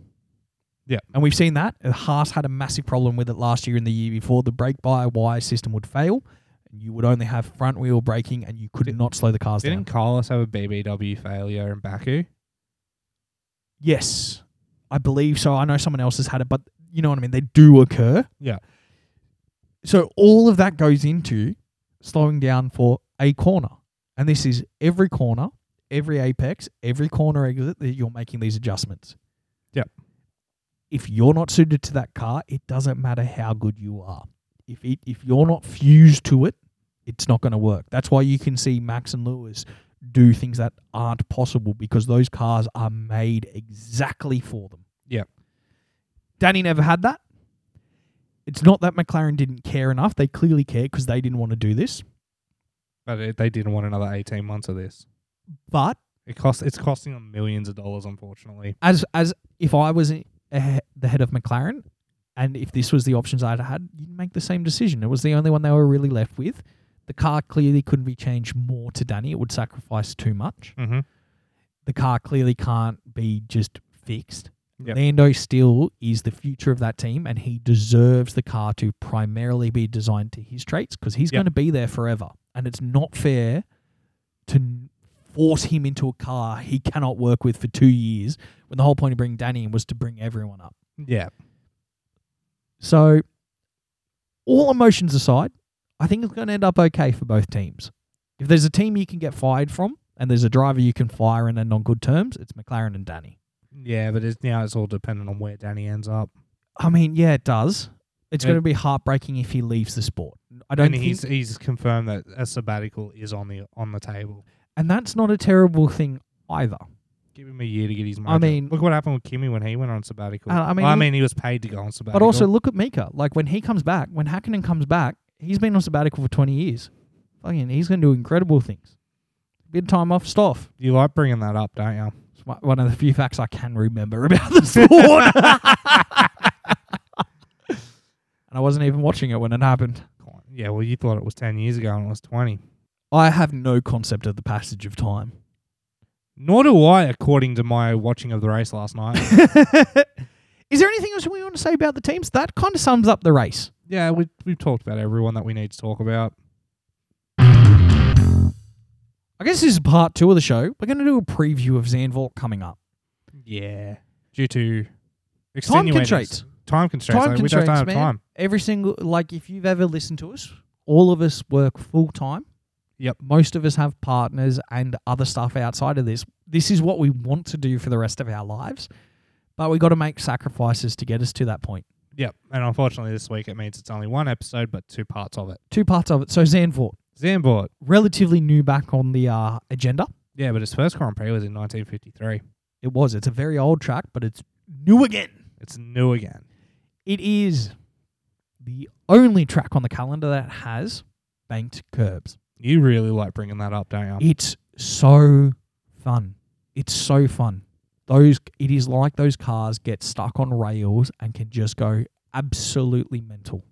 Yeah. and we've seen that. And Haas had a massive problem with it last year and the year before. The brake by wire system would fail. and You would only have front wheel braking, and you could Did- not slow the cars down. Didn't Carlos have a BBW failure in Baku? Yes, I believe so. I know someone else has had it, but you know what I mean. They do occur. Yeah. So all of that goes into slowing down for a corner, and this is every corner, every apex, every corner exit that you're making these adjustments. Yep. If you're not suited to that car, it doesn't matter how good you are. If it, if you're not fused to it, it's not going to work. That's why you can see Max and Lewis do things that aren't possible because those cars are made exactly for them. Yeah. Danny never had that. It's not that McLaren didn't care enough. They clearly cared because they didn't want to do this. But it, they didn't want another 18 months of this. But It cost. It's costing them millions of dollars, unfortunately. as as if I was a, a, the head of McLaren and if this was the options I'd had, you'd make the same decision. It was the only one they were really left with. The car clearly couldn't be changed more to Danny. It would sacrifice too much. Mm-hmm. the car clearly can't be just fixed. Yep. Lando still is the future of that team, and he deserves the car to primarily be designed to his traits because he's Yep. going to be there forever. And it's not fair to n- force him into a car he cannot work with for two years when the whole point of bringing Danny in was to bring everyone up. Yeah. So, all emotions aside, I think it's going to end up okay for both teams. If there's a team you can get fired from and there's a driver you can fire and end on good terms, it's McLaren and Danny. Yeah, but it's now it's all dependent on where Danny ends up. I mean, yeah, it does. It's Yeah. going to be heartbreaking if he leaves the sport. I don't and think, he's he's confirmed that a sabbatical is on the on the table. and that's not a terrible thing either. Give him a year to get his money. I mean- look what happened with Kimmy when he went on sabbatical. And I mean, Well, I look- mean, he was paid to go on sabbatical. But also, look at Mika. Like when he comes back, when Hakkinen comes back, he's been on sabbatical for twenty years. Fucking, he's going to do incredible things. Bit of time off, stuff. you like bringing that up, don't you? It's one- one of the few facts I can remember about the sport. and I wasn't even watching it when it happened. Yeah, well, you thought it was 10 years ago and it was 20. I have no concept of the passage of time. Nor do I, according to my watching of the race last night. Is there anything else we want to say about the teams? That kind of sums up the race. yeah, we, we've talked about everyone that we need to talk about. I guess this is part two of the show. We're going to do a preview of Zandvoort coming up. Yeah. Due to Time extenuating constraints. Time constraints. Time like, we just don't have constraints, man. time. Every single, like, if you've ever listened to us, all of us work full time. Yep. Most of us have partners and other stuff outside of this. This is what we want to do for the rest of our lives, but we got to make sacrifices to get us to that point. Yep. And unfortunately, this week it means it's only one episode, but two parts of it. Two parts of it. So Zanvort, Zambort. relatively new back on the uh, agenda. Yeah, but his first Grand Prix was in 1953. It was. It's a very old track, but it's new again. It's new again. It is the only track on the calendar that has banked curbs. You really like bringing that up, don't you? It's so fun. It's so fun. Those it is like those cars get stuck on rails and can just go absolutely mental.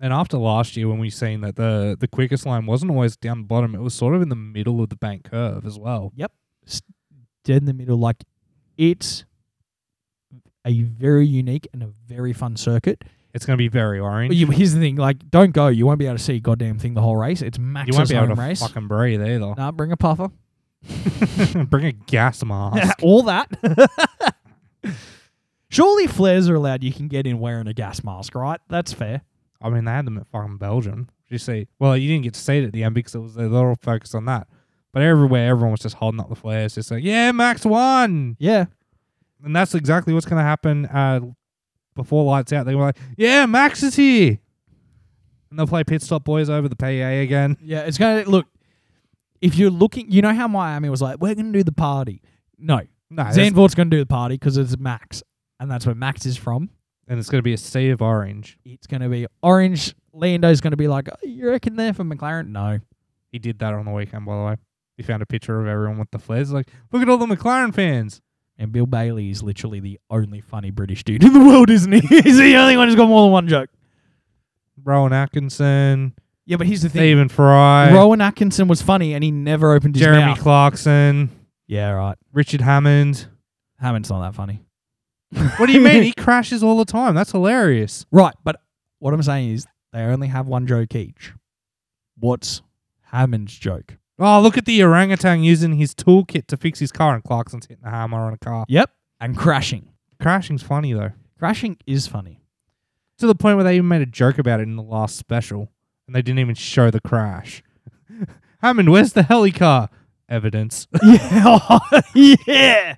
And after last year, when we seen that the the quickest line wasn't always down the bottom, it was sort of in the middle of the bank curve as well. Dead in the middle, like it's a very unique and a very fun circuit. It's going to be very orange. But you, here's the thing: like, don't go. You won't be able to see goddamn thing the whole race. It's max You won't be able to race. fucking breathe either. Nah, bring a puffer. Bring a gas mask. All that. Surely flares are allowed. You can get in wearing a gas mask, right? That's fair. I mean, they had them at fucking Belgium. Did you see? Well, you didn't get to see it at the end because it was they were all focused on that. But everywhere, everyone was just holding up the flares, just like, "Yeah, Max won," Yeah. and that's exactly what's going to happen. Uh, before lights out, they were like, "Yeah, Max is here," and they'll play pit stop boys over the PA again. Yeah, it's gonna look. If you're looking, you know how Miami was like, we're gonna do the party. No, No, that's- Zandvoort's gonna do the party because it's Max, and that's where Max is from. and it's going to be a sea of orange. It's gonna be orange. Lando's gonna be like, oh, you reckon they're from McLaren? No, He did that on the weekend, by the way. He found a picture of everyone with the flares. Like, look at all the McLaren fans. and Bill Bailey is literally the only funny British dude in the world, isn't he? He's the only one who's got more than one joke. Rowan Atkinson, Yeah, but here's the thing: Stephen Fry, Rowan Atkinson was funny, and he never opened his Jeremy mouth. Clarkson, yeah, right. Richard Hammond. Hammond's not that funny. What do you mean? he crashes all the time. That's hilarious. Right, but what I'm saying is they only have one joke each. What's Hammond's joke? Oh, look at the orangutan using his toolkit to fix his car, and Clarkson's hitting a hammer on a car. Yep. And crashing. Crashing's funny, though. Crashing is funny. To the point where they even made a joke about it in the last special, and they didn't even show the crash. Hammond, where's the heli car? Evidence. yeah. yeah.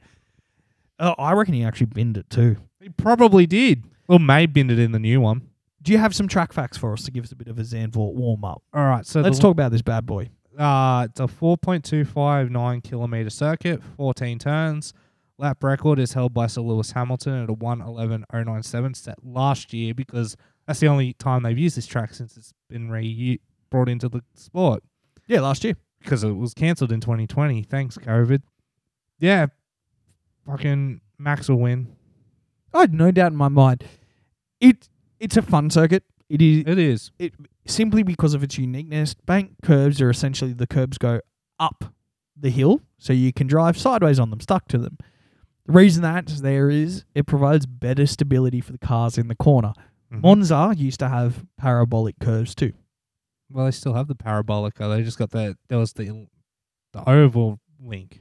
Oh, I reckon he actually binned it too. He probably did. Well, may binned it in the new one. Do you have some track facts for us to give us a bit of a Zandvoort warm up? All right, so Let's the, talk about this bad boy. Uh, it's a four point two five nine kilometer circuit, fourteen turns. Lap record is held by Sir Lewis Hamilton at a one eleven oh nine seven set last year because that's the only time they've used this track since it's been re brought into the sport Yeah, last year. because it was cancelled in 2020. Thanks, COVID. Yeah, fucking Max will win. I had no doubt in my mind. It it's a fun circuit. It is It is. simply because of its uniqueness, bank curbs are essentially the curbs go up the hill, so you can drive sideways on them, stuck to them. The reason that is there is it provides better stability for the cars in the corner. Mhm. Monza used to have parabolic curves too. Well, they still have the parabolic. uh, They just got the there was the the oval link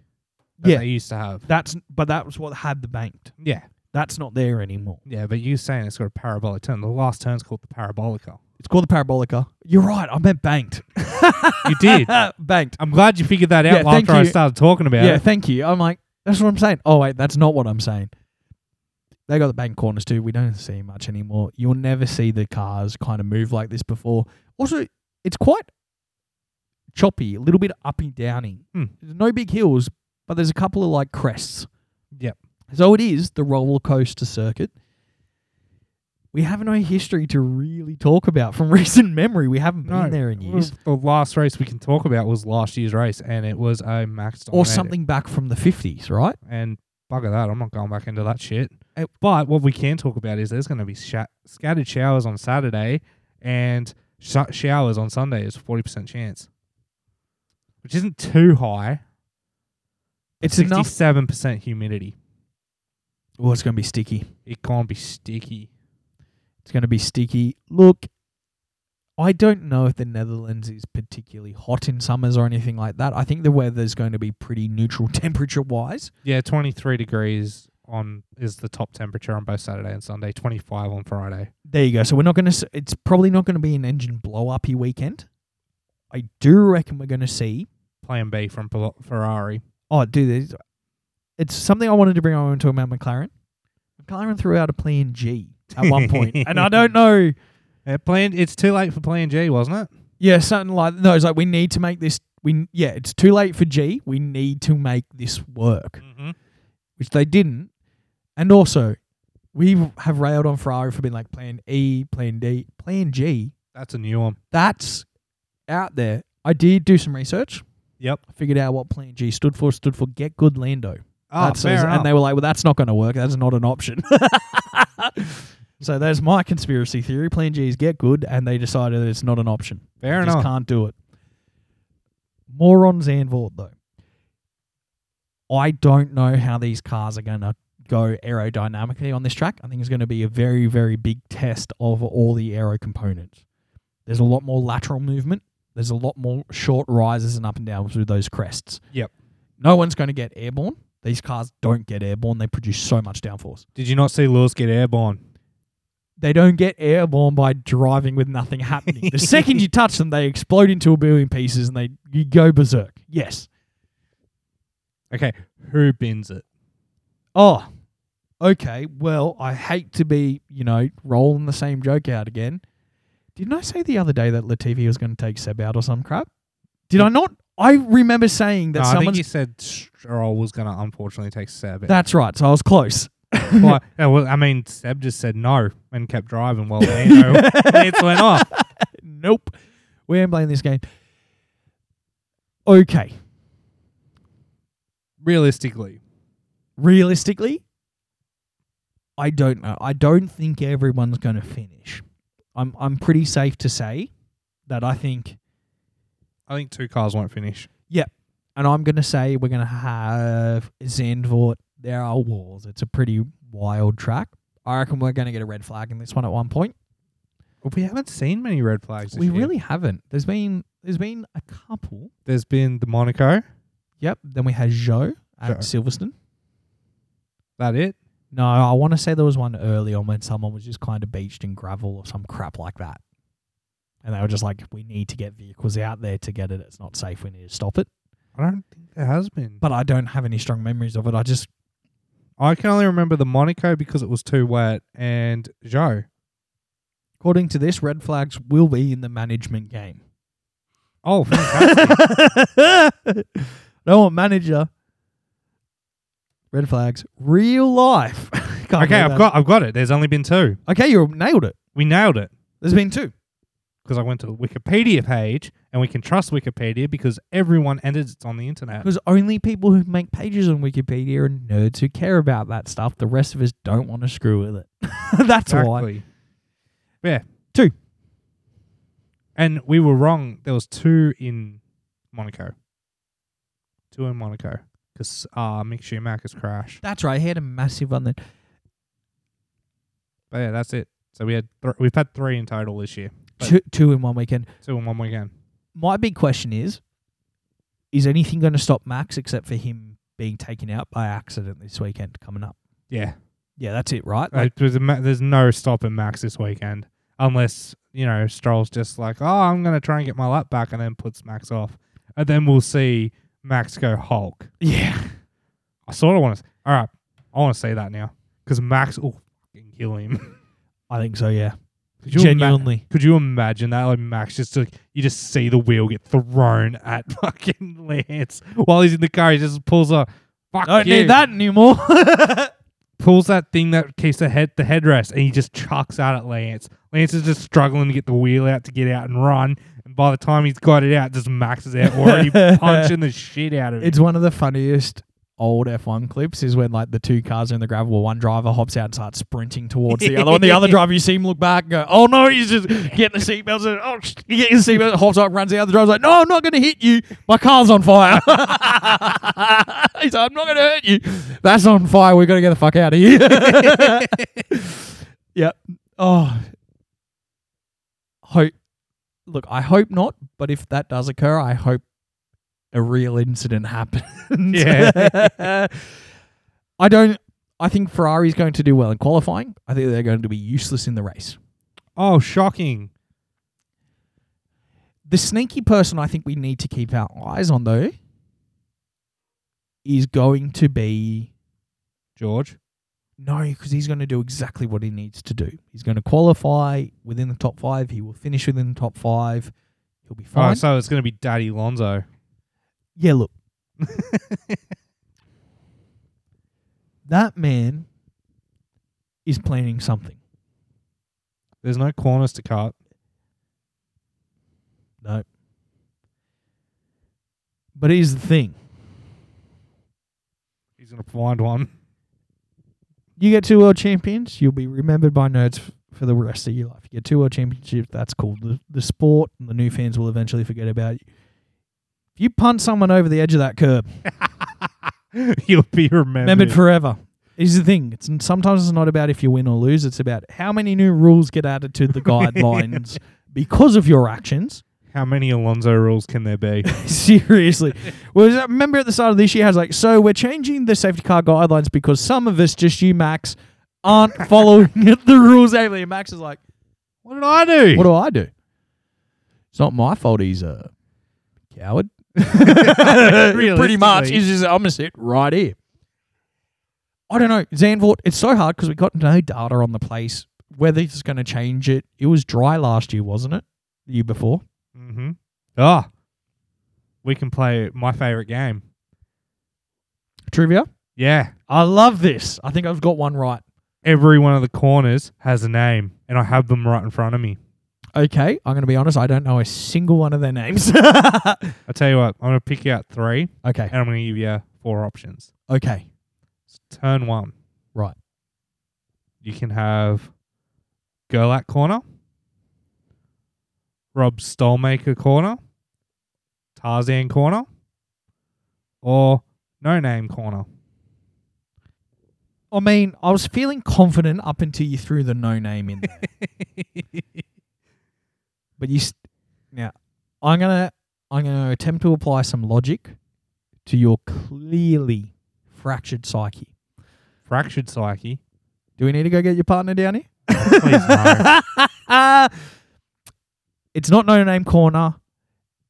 that Yeah. they used to have. That's but that was what had the banked. Yeah, That's not there anymore. yeah. But you saying it's got a parabolic turn. The last turn's called the parabolica. It's called the parabolica. You're right. I meant banked. You did. banked. I'm glad you figured that out Yeah, thank after I you. started talking about Yeah, it. thank you. I'm like, that's what I'm saying. Oh wait, that's not what I'm saying. They got the bank corners too. We don't see much anymore. You'll never see the cars kind of move like this before. Also, it's quite choppy, a little bit uppy downy. Hmm. There's no big hills, but there's a couple of like crests. Yep. So it is the roller coaster circuit. We have no history to really talk about from recent memory. We haven't been No, there in well, years. The last race we can talk about was last year's race, and it was a Max Or dominated. something back from the 50s, right? and bugger that. I'm not going back into that shit. Uh, but what we can talk about is there's going to be sha- scattered showers on Saturday and sh- showers on Sunday is 40% chance, which isn't too high. It's enough. 67% humidity. Oh, it's going to be sticky. It can't be sticky. It's going to be sticky. Look, I don't know if the Netherlands is particularly hot in summers or anything like that. I think the weather's going to be pretty neutral temperature wise. Yeah, 23 degrees on is the top temperature on both Saturday and Sunday, 25 on Friday. There you go. So we're not going to. It's probably not going to be an engine blow uppy weekend. I do reckon we're going to see. Plan B from Pel- Ferrari. Oh, dude, there's- it's something I wanted to bring on to about McLaren. McLaren threw out a Plan G at one point, and I don't know. Uh, plan. It's too late for Plan G, wasn't it? Yeah, something like no. It's like we need to make this. We yeah, it's too late for G. We need to make this work. Mm-hmm. which they didn't. And also, we have railed on Ferrari for being like plan E, plan D, plan G. That's a new one. That's out there. I did do some research. Yep. I figured out what plan G stood for. It Stood for get good Lando. Oh, That's- fair enough. and they were like, well, that's not going to work. That's not an option. so there's my conspiracy theory. Plan G is get good, and they decided that it's not an option. fair They just enough. can't do it. Morons and Vaught, though. I don't know how these cars are going to go aerodynamically on this track. I think it's going to be a very, very big test of all the aero components. There's a lot more lateral movement. There's a lot more short rises and up and downs through those crests. Yep. No one's going to get airborne. These cars don't get airborne. They produce so much downforce. Did you not see Lewis get airborne? They don't get airborne by driving with nothing happening. the second you touch them, they explode into a billion pieces and they you go berserk. Yes. Okay, who bins it? Oh, okay. Well, I hate to be, you know, rolling the same joke out again. Didn't I say the other day that Latifi was going to take Seb out or some crap? Did I not? I remember saying that No, I think someone's. you said Stroll was going to unfortunately take Seb. That's right. So I was close. Well, yeah, well, I mean, Seb just said no and kept driving while Lando lights went off. nope. We ain't playing this game. Okay. Realistically, realistically, I don't know. I don't think everyone's going to finish. I'm I'm pretty safe to say that I think, I think two cars won't finish. and I'm going to say we're going to have Zandvoort. There are walls. It's a pretty wild track. I reckon we're going to get a red flag in this one at one point. Well, we haven't seen many red flags. This We year. really haven't. There's been there's been a couple. There's been the Monaco. Yep. Then we had Joe Joe. at Silverstone. That it. No, I want to say there was one early on when someone was just kind of beached in gravel or some crap like that. And they were just like, we need to get vehicles out there to get it. It's not safe. We need to stop it. I don't think there has been. But I don't have any strong memories of it. I just, I can only remember the Monaco because it was too wet and Joe. according to this, red flags will be in the management game. Oh, fantastic. no one manager. Red flags, real life. Can't okay, believe I've that. got, I've got it. There's only been two. Okay, you nailed it. We nailed it There's been two. because I went to the Wikipedia page, and we can trust Wikipedia because everyone edits it on the internet. Because only people who make pages on Wikipedia are nerds who care about that stuff. The rest of us don't want to screw with it. That's why. Exactly. Yeah. Two. And we were wrong. There was two in Monaco. Two in Monaco. Because uh, Mick Schumacher's crash. That's right. He had a massive one. Then But yeah, that's it. So we had th- we've had three in total this year. But- two, two in one weekend. Two in one weekend. My big question is: Is anything going to stop Max except for him being taken out by accident this weekend coming up? Yeah. Yeah, that's it, right? Uh, there's, a ma- there's no stopping Max this weekend. Unless, you know, Stroll's just like, oh, I'm going to try and get my lap back and then puts Max off. And then we'll see Max go Hulk. yeah, I sort of want to. All right, I want to say that now because Max will fucking kill him. I think so. Yeah, could you ima- genuinely. could you imagine that? Like Max just like you just see the wheel get thrown at fucking Lance while he's in the car. He just pulls a fuck Don't you, need that anymore. Pulls that thing that keeps the head the headrest and he just chucks out at Lance. Lance is just struggling to get the wheel out to get out and run. And by the time he's got it out, just Max is out already punching the shit out of it. It's one of the funniest old F1 clips is when like the two cars are in the gravel, one driver hops out and starts sprinting towards the other one. The other driver, you see him look back and go, "Oh no, he's just getting the seatbelts." and, Oh, sh-" he gets the seatbelt, hops up, runs. The other driver's like, "No, I'm not going to hit you. My car's on fire." he's like, "I'm not going to hurt you. That's on fire. We've got to get the fuck out of here." yep. Oh, hope. Look, I hope not. But if that does occur, I hope a real incident happens. Yeah. I don't. I think Ferrari's going to do well in qualifying. I think they're going to be useless in the race. Oh, shocking. The sneaky person I think we need to keep our eyes on though is going to be George. no, because he's going to do exactly what he needs to do. He's going to qualify within the top five. He will finish within the top five. He'll be fine. Oh, so it's going to be Daddy Lonzo. Yeah, look. that man is planning something. There's no corners to cut. No. But here's the thing He's going to find one. you get two world champions, you'll be remembered by nerds f- for the rest of your life. You get two world championships, that's cool. The, the sport and the new fans will eventually forget about you. If you punt someone over the edge of that curb, You'll be remembered. remembered forever. Here's the thing. It's sometimes it's not about if you win or lose. It's about how many new rules get added to the guidelines because of your actions. How many Alonzo rules can there be? Seriously, was that, remember at the start of this year, I was like, "So we're changing the safety car guidelines because some of us, just you, Max, aren't following the rules." Ably, and Max is like, what did I do? "What do I do? It's not my fault. He's a coward." Pretty much. Realistically. He's just, I'm going to sit right here. I don't know. Zanvort, it's so hard because we got no data on the place, whether it's going to change it. It was dry last year, wasn't it? The year before? mm-hmm. Ah, we can play my favorite game. Trivia? Yeah, I love this. I think I've got one right. every one of the corners has a name, and I have them right in front of me. Okay, I'm going to be honest. I don't know a single one of their names. I tell you what, I'm gonna pick out three, okay, and I'm gonna give you four options. okay. So turn one, Right. You can have Gerlach corner, Rob Stolmaker corner, Tarzan corner, or no name corner. I mean, I was feeling confident up until you threw the no name in there. but you st- now I'm gonna I'm gonna attempt to apply some logic to your clearly fractured psyche. Fractured psyche. Do we need to go get your partner down here? Please no. it's not no name corner.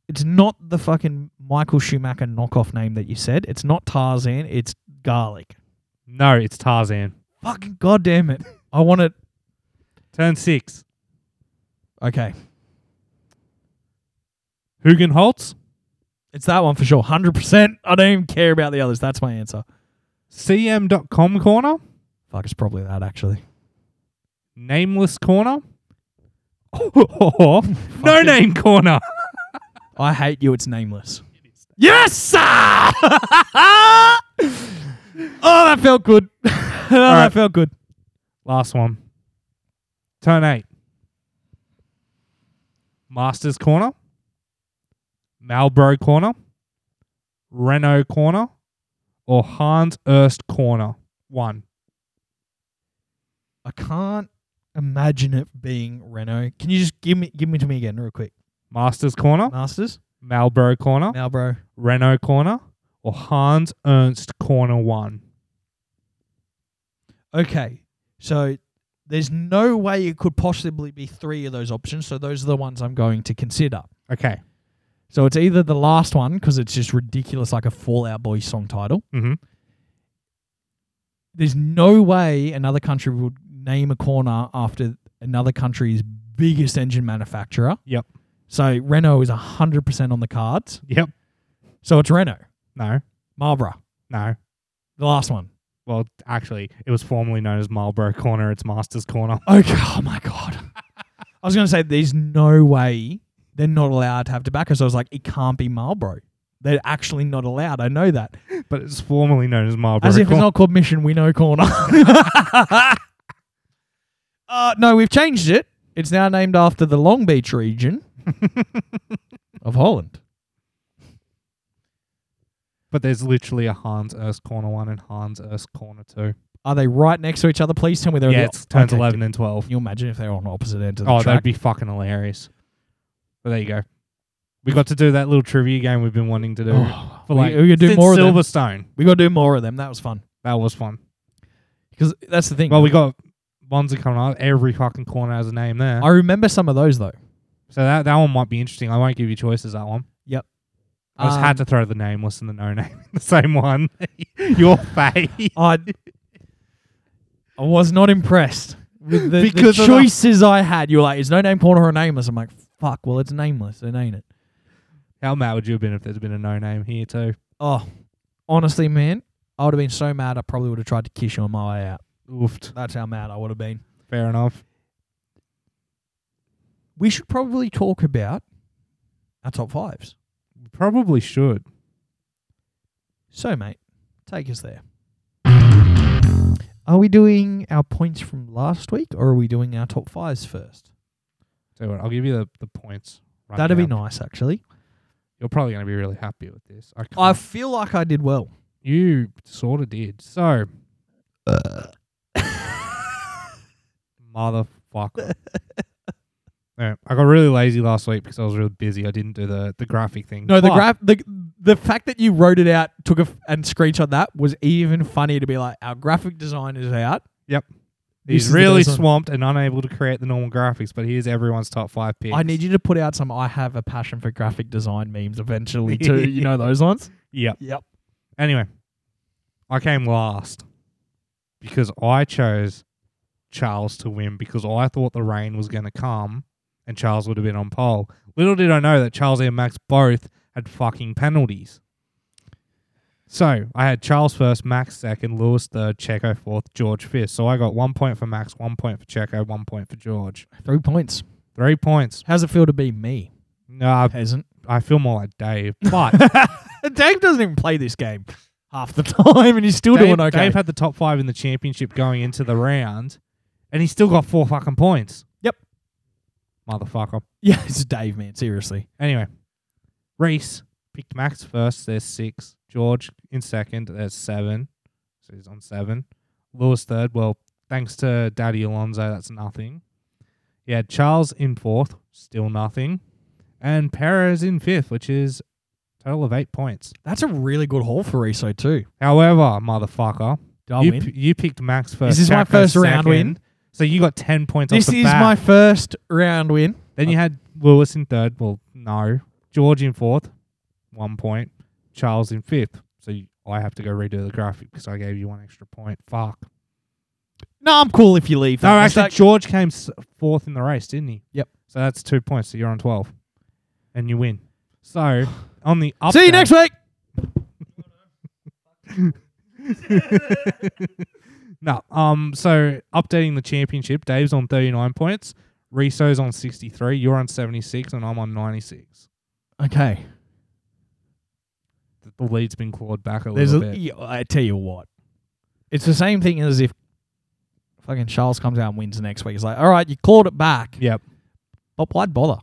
It's not the fucking Michael Schumacher knockoff name that you said. It's not Tarzan. It's garlic. No, it's Tarzan. Fucking goddamn it! I want it. Turn six. Okay, Hugenholtz, it's that one for sure. Hundred percent. I don't even care about the others. That's my answer. CM.com corner, Fuck, it's probably that actually. Nameless corner, or No name corner. I hate you. It's nameless. Yes, sir! oh, that felt good. oh, That right. felt good. Last one. Turn eight. Masters corner, Malbro corner, Renault corner, or Hans Erst corner. One. I can't imagine it being Renault. Can you just give me give me to me again real quick? Masters corner, Masters? Malbro corner, Now bro. Renault corner, or Hans Ernst corner. One. Okay. So there's no way it could possibly be three of those options, so those are the ones I'm going to consider. Okay. So it's either the last one because it's just ridiculous like a Fallout Boy song title. Mm-hmm. There's no way another country would name a corner after another country's biggest engine manufacturer. Yep. So Renault is 100% on the cards. Yep. So it's Renault, No. Marlboro, No. the last one. Well, actually, it was formerly known as Marlboro Corner. It's Masters Corner. Okay. Oh my god. I was going to say there's no way they're not allowed to have tobacco. So I was like, it can't be Marlboro. They're actually not allowed. I know that. But it's formerly known as Marlboro As if it's Corner. not called Mission Winnow Corner. uh, no, we've changed it. It's now named after the Long Beach region of Holland. but there's literally a Hans Erst Corner 1 and Hans Erst Corner 2. Are they right next to each other? Please tell me they're. yeah, the- it's turns Okay, 11 and 12. Can you imagine if they were on opposite ends of the Oh, track? that'd be fucking hilarious. But there you go. We got to do that little trivia game we've been wanting to do Oh, for we- like we, could do since more. Of them. Silverstone. We got to do more of them. That was fun That was fun. because that's the thing. Well, we got Bonza coming up. Every fucking corner has a name there. I remember some of those though. So that that one might be interesting. I won't give you choices that one. I just Um, had to throw the nameless and the no name in the same one. Your face. I, Um, I was not impressed with the, the Because of the- choices I had. You were like, "Is no name corner or nameless?" I'm like, "Fuck, well, it's nameless, it ain't it?" How mad would you have been if there's been a no name here too? Oh, honestly, man, I would have been so mad. I probably would have tried to kiss you on my way out. Oofed. That's how mad I would have been. Fair enough. We should probably talk about our top fives. Probably should. So, mate, take us there. Are we doing our points from last week, or are we doing our top fives first? So what, I'll give you the, the points. Right That'd be now. nice, actually. You're probably going to be really happy with this. I, I can't- feel like I did well. you sort of did. So motherfucker. yeah, I got really lazy last week because I was really busy. I didn't do the, the graphic thing. No, the But graph, the the fact that you wrote it out, took a f- and screenshot that was even funny to be like, our graphic design is out. Yep. This He's is the really design. swamped and unable to create the normal graphics, but here's everyone's top five picks. I need you to put out some. I have a passion for graphic design memes eventually too. you know those ones. Yep. Yep. Anyway, I came last because I chose Charles to win because I thought the rain was going to come and Charles would have been on pole. Little did I know that Charles and Max both had fucking penalties. So I had Charles first, Max second, Lewis third, Checo fourth, George fifth. So I got one point for Max, one point for Checo, one point for George. Three points. Three points. How's it feel to be me, No, I, peasant? I feel more like Dave, but Dave doesn't even play this game half the time, and he's still Dave, doing okay. Dave had the top five in the championship going into the round, and he still got four fucking points. Yep. Motherfucker. yeah, it's Dave, man. Seriously. Anyway, Reese picked Max first. There's six. George in second. There's seven. So he's on seven. Lewis third. Well, thanks to Daddy Alonso, that's nothing. Yeah, Charles in fourth. Still nothing. And Perez in fifth, which is total of eight points. That's a really good haul for Riso too. However, motherfucker, Did I you, win? p- you picked Max first. This is my Checo first round second. win. So you got 10 points This off the is bat. my uh, first round win. then you had Lewis in third. Well, no. George in fourth, one point. Charles in fifth. So you, I have to go redo the graphic because I gave you one extra point. Fuck. No, I'm cool if you leave. No, That actually, mistake- George came s- fourth in the race, didn't he? Yep. So that's two points. So you're on 12. And you win. So on the up. See you next week. No. Um. So updating the championship, Dave's on thirty nine points, Riso's on sixty three, you're on seventy six, and I'm on ninety six. Okay. The, the lead's been clawed back a There's little a, bit. yeah, I tell you what, it's the same thing as if fucking Charles comes out and wins next week. It's like, all right, you clawed it back, Yep. but why'd bother?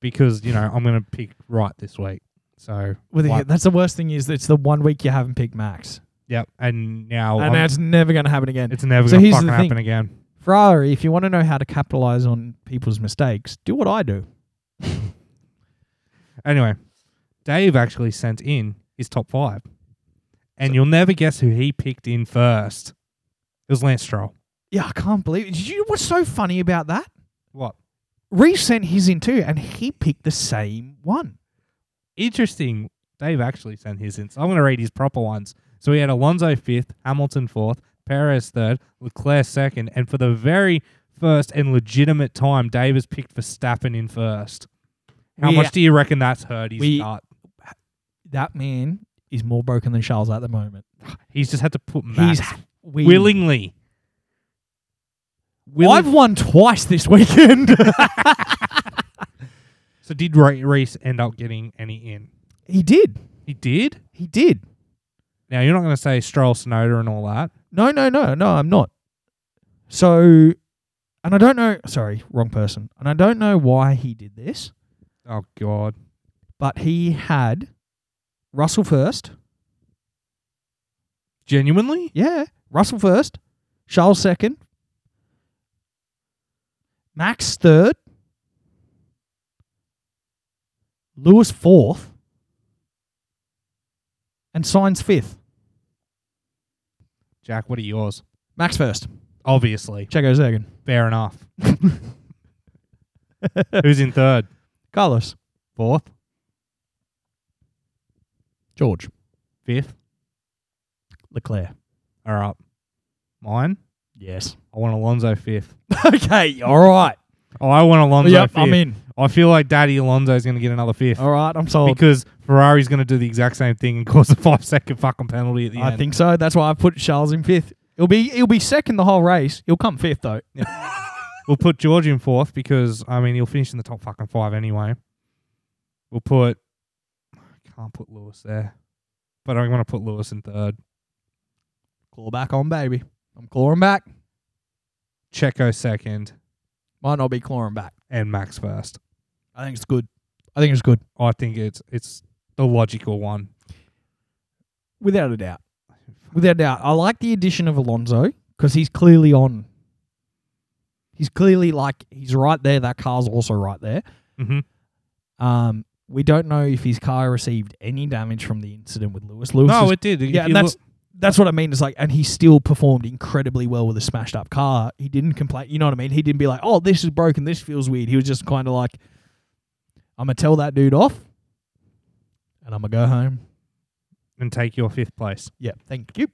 Because you know I'm gonna pick right this week. So Well, the- Why- that's the worst thing is it's the one week you haven't picked Max, Oh, yep. And now and I'm- that's never going to happen again. it's never So gonna here's fucking the thing. happen again. Ferrari, if you want to know how to capitalize on people's mistakes, do what I do. Anyway, Dave actually sent in his top five, and you'll never guess who he picked in first. It was Lance Stroll. Yeah, I can't believe it. Did you know what's so funny about that? What? Reese sent his in too, and he picked the same one. interesting. Dave actually sent his in. So I'm going to read his proper ones. So we had Alonso fifth, Hamilton fourth, Perez third, Leclerc second, and for the very first and legitimate time, Dave has picked Verstappen in first. How We- much do you reckon that's hurt his We- gut? That man is more broken than Charles at the moment. He's just had to put Max He's we- willingly. Willing- I've won twice this weekend. so did Ra- Reese end up getting any in? he did. He did. He did. Now you're not going to say Stroll, Snowder, and all that. No, no, no, no, I'm not. So, and I don't know, sorry, wrong person. And I don't know why he did this, Oh God. but he had Russell first. Genuinely? Yeah, Russell first, Charles second, Max third, Lewis fourth, and Signs fifth. Jack, what are yours? Max first. Obviously. Checo second. Fair enough. Who's in third? Carlos. Fourth? George. Fifth? Leclerc. All right. Mine? Yes. I want Alonso fifth. okay. All right. Oh, I want Alonso yep. 5th I'm in. I feel like Daddy Alonso's going to get another fifth. All right. I'm sold. because Ferrari's going to do the exact same thing and cause a five second fucking penalty at the I end. think so. That's why I put Charles in fifth. He'll be he'll be second the whole race. He'll come fifth though. We'll put George in fourth because I mean he'll finish in the top fucking five anyway. We'll put I can't put Lewis there, but I'm going to put Lewis in third. Claw back on, baby. I'm clawing back. Checo second Might not be clawing back. and Max first. I think it's good. I think it's good. I think it's it's the logical one. Without a doubt. Without a doubt. I like the addition of Alonso because he's clearly on. He's clearly like, he's right there. That car's also right there. Mhm. Um, we don't know if his car received any damage from the incident with Lewis. Lewis no, is- it did. If yeah, you and that's look- that's what I mean. It's like, and he still performed incredibly well with a smashed up car. He didn't complain. You know what I mean? He didn't be like, "Oh, this is broken. This feels weird." He was just kind of like, "I'm gonna tell that dude off, and I'm gonna go home." and take your fifth place. Yeah, thank you.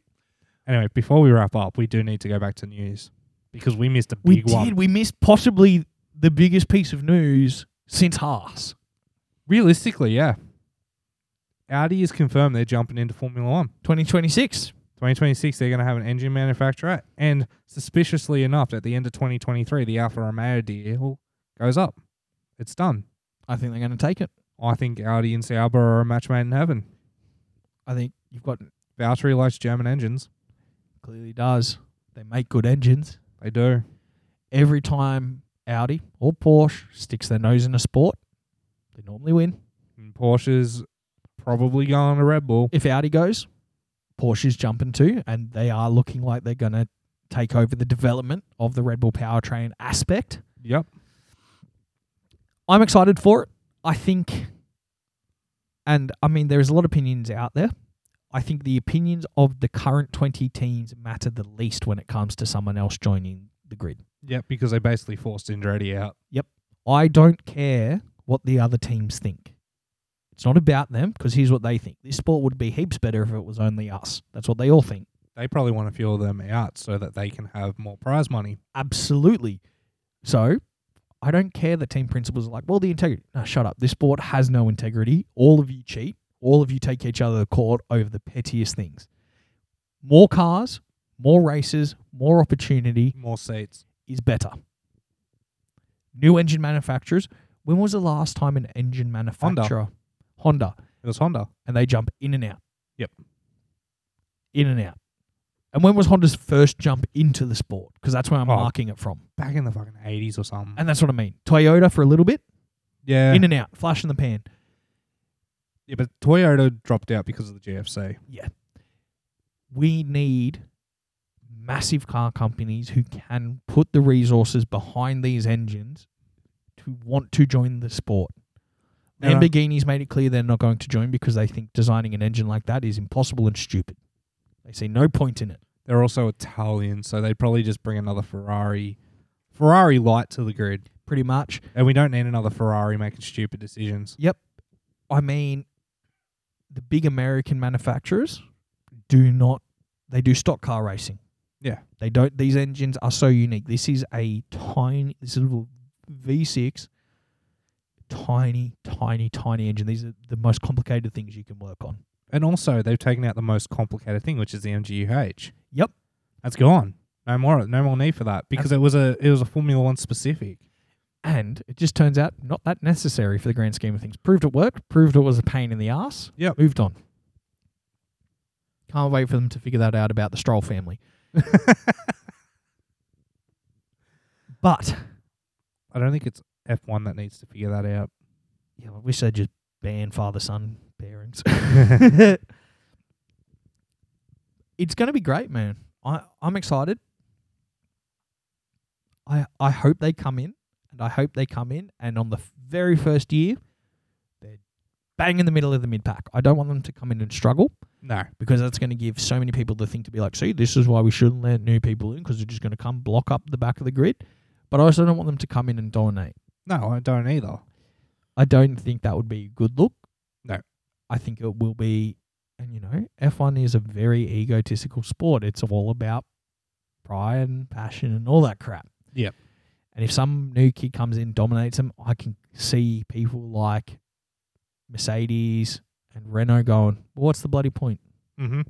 Anyway, before we wrap up, we do need to go back to news because we missed a We big did. one. We missed possibly the biggest piece of news since Haas. Realistically, yeah. Audi has confirmed they're jumping into Formula One. 2026. 2026, they're going to have an engine manufacturer. And suspiciously enough, at the end of 2023, the Alfa Romeo deal goes up. It's done. I think they're gonna take it. I think Audi and Sauber are a match made in heaven. I think you've got Valtteri likes German engines. clearly does. They make good engines. They do. every time Audi or Porsche sticks their nose in a sport, they normally win. And Porsche's probably going to Red Bull. If Audi goes, Porsche's jumping too, and they are looking like they're going to take over the development of the Red Bull powertrain aspect. Yep. I'm excited for it. I think, and I mean, there's a lot of opinions out there. I think the opinions of the current 20 teams matter the least when it comes to someone else joining the grid. Yep, because they basically forced Andretti out. I don't care what the other teams think. It's not about them because here's what they think. This sport would be heaps better if it was only us. That's what they all think. They probably want to fuel them out so that they can have more prize money. Absolutely. So I don't care that team principals are like, well, the integrity. No, shut up. This sport has no integrity. All of you cheat. All of you take each other to court over the pettiest things. More cars, more races, more opportunity. More seats. is better. New engine manufacturers. When was the last time an engine manufacturer? Honda. It was Honda. And they jump in and out. Yep. In and out. And when was Honda's first jump into the sport? Because that's where I'm Oh. marking it from. Back in the fucking 80s or something. And that's what I mean. Toyota for a little bit, yeah. in and out, flash in the pan. yeah, but Toyota dropped out because of the GFC. We need massive car companies who can put the resources behind these engines to want to join the sport. And I- Lamborghini's made it clear they're not going to join because they think designing an engine like that is impossible and stupid. They see no point in it. They're also Italian, so they'd probably just bring another Ferrari, Ferrari light to the grid, Pretty much. and we don't need another Ferrari making stupid decisions. I mean, the big American manufacturers do not. They do stock car racing. Yeah. They don't. These engines are so unique. This is a tiny. This is a V6. Tiny, tiny, tiny engine. These are the most complicated things you can work on. And also, they've taken out the most complicated thing, which is the MGUH. Yep. That's gone. No more, no more need for that because it was a it was a Formula One specific. And it just turns out not that necessary for the grand scheme of things. Proved it worked, proved it was a pain in the ass. Yep. Moved on. Can't wait for them to figure that out about the Stroll family. But I don't think it's F one that needs to figure that out. yeah, I wish they'd just ban father son pairings. it's gonna be great, man. I, I'm excited. I I hope they come in and I hope they come in and on the f- very first year they're bang in the middle of the mid pack. I don't want them to come in and struggle No, because that's going to give so many people the thing to be like, see, this is why we shouldn't let new people in because they're just going to come block up the back of the grid. But I also don't want them to come in and dominate. No, I don't either. I don't think that would be a good look. No. I think it will be, and you know, F1 is a very egotistical sport. It's all about pride and passion and all that crap. Yep. And if some new kid comes in, dominates them, I can see people like Mercedes and Renault going, well, what's the bloody point? Mm-hmm.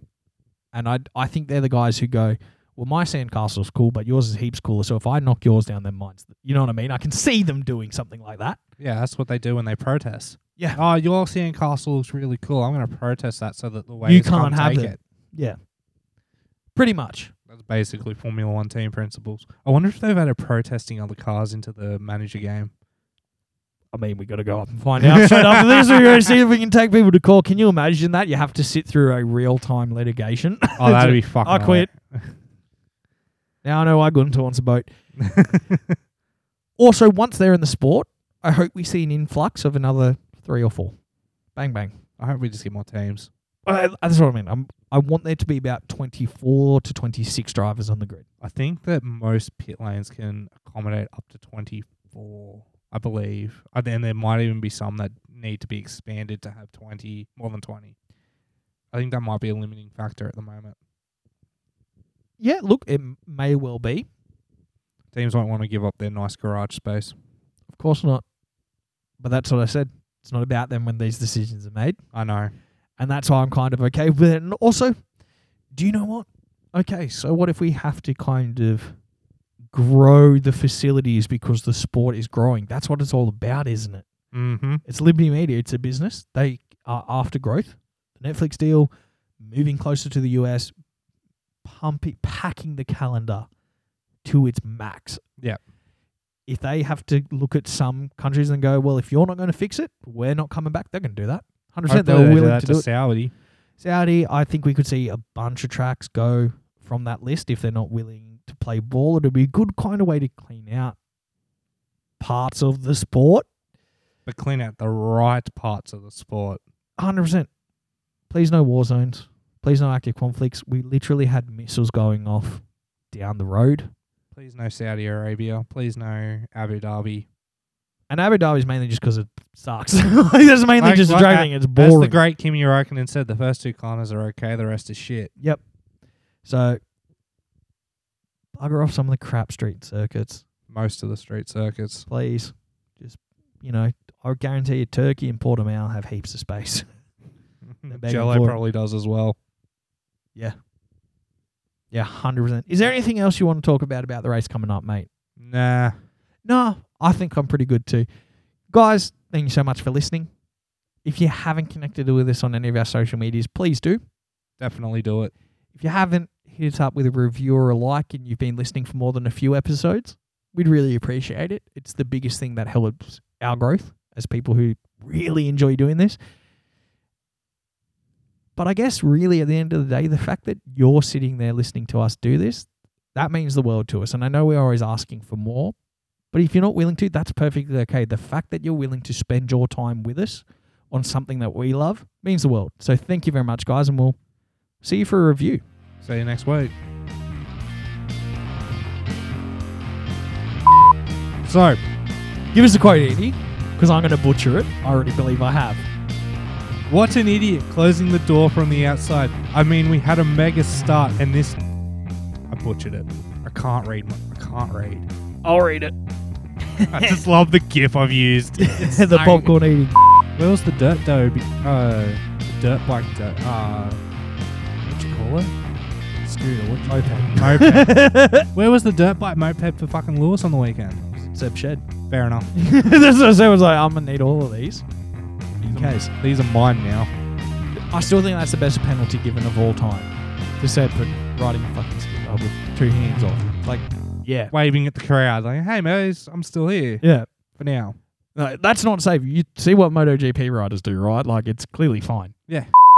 And I, I think they're the guys who go, well, my sandcastle's cool, but yours is heaps cooler. So if I knock yours down, then mine's, th- you know what I mean? I can see them doing something like that. Yeah, that's what they do when they protest. Yeah. Oh, your sandcastle looks really cool. I'm going to protest that so that the way can't have take it. it. Yeah. Pretty much. That's basically Formula One team principles. I wonder if they've had a protesting other cars into the manager game. I mean, we got to go up and find out straight after this. We're going to see if we can take people to court. Can you imagine that? You have to sit through a real time litigation. Oh, that'd be fucking. I quit. now I know I couldn't once a boat. alright. Also, once they're in the sport, I hope we see an influx of another three or four. Bang, bang. I hope we just get more teams. Uh, that's what I mean. I'm, I want there to be about 24 to 26 drivers on the grid. I think that most pit lanes can accommodate up to 24, I believe. And then there might even be some that need to be expanded to have 20, more than 20. I think that might be a limiting factor at the moment. Yeah, look, it m- may well be. Teams won't want to give up their nice garage space. Of course not. But that's what I said. It's not about them when these decisions are made. I know. and that's why I'm kind of okay with it. And also, do you know what? Okay, so what if we have to kind of grow the facilities because the sport is growing? That's what it's all about, isn't it? Mm-hmm. It's Liberty Media, it's a business. They are after growth. The Netflix deal, moving closer to the US, pumping, packing the calendar to its max. Yep. If they have to look at some countries and go, well, if you're not going to fix it, we're not coming back, they're going to do that. 100% they're willing to do it. Saudi. Saudi, I think we could see a bunch of tracks go from that list if they're not willing to play ball. It'd be a good kind of way to clean out parts of the sport. but clean out the right parts of the sport. 100%. Please no war zones. Please no active conflicts. We literally had missiles going off down the road. Please no Saudi Arabia. Please no Abu Dhabi. And Abu Dhabi is mainly just because it sucks. like, that's mainly Like, just a like, drag thing. It's As the boring. great Kimi Räikkönen said, the first two corners are okay, the rest is shit. yep. So, bugger off some of the crap street circuits. Most of the street circuits. please. Just you know, I guarantee you, Turkey and Portimao have heaps of space. begging Jello for it. probably does as well. yeah, hundred percent. Is there anything else you want to talk about about the race coming up, mate? Nah. No, I think I'm pretty good too. Guys, thank you so much for listening. If you haven't connected with us on any of our social medias, please do. Definitely do it. If you haven't, hit us up with a review or a like and you've been listening for more than a few episodes. We'd really appreciate it. It's the biggest thing that helps our growth as people who really enjoy doing this. But I guess, really, at the end of the day, the fact that you're sitting there listening to us do this, that means the world to us. And I know we're always asking for more, but if you're not willing to, that's perfectly okay. The fact that you're willing to spend your time with us on something that we love means the world. So thank you very much, guys, and we'll see you for a review. See you next week. So, Give us a quote, Andy, because I'm going to butcher it. I already believe I have. what an idiot closing the door from the outside. I mean, we had a mega start, and this. I butchered it. I can't read. My, I can't read. I'll read it. I just love the gif I've used. the popcorn eating. Where was the dirt dough? Be- uh, the dirt bike dough. Uh, what'd you call it? Scooter. What moped? Moped. Where was the dirt bike moped for fucking Lewis on the weekend? Seb Shed. Fair enough. That's what I said. I was like, I'm going to need all of these. In case. These are mine now. I still think that's the best penalty given of all time. To Seb for riding a fucking scooter with two hands on. Like, yeah. Waving at the crowd like, "Hey, mates, I'm still here Yeah. for now." No, that's not safe. You see what MotoGP riders do, right? Like, it's clearly fine. Yeah.